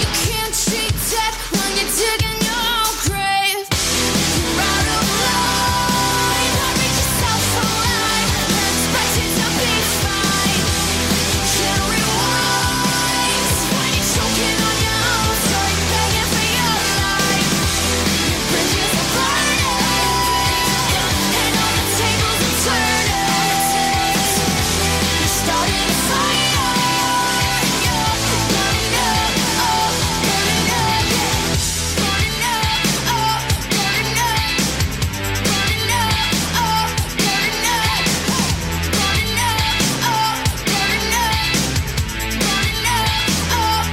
E: You can't cheat death when you're digging your own grave. You're out of line. Hurry yourself online. Expect it to be fine. You can't rewind. When you're choking on your own story, begging for your life. Bridges are burning, and all the tables are turning. You're starting a fire, you're burning up, oh, burning up, burning up, oh, burning up, burning up, oh, burning up, burning up, oh, burning up,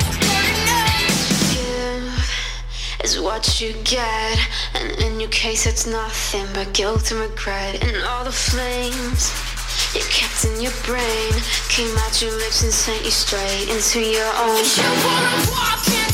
E: burning
D: You
E: up.
D: is what you get, and in your case, it's nothing but guilt and regret. And all the flames you kept in your brain came out your lips and sent you straight into your own.
E: You wanna walk in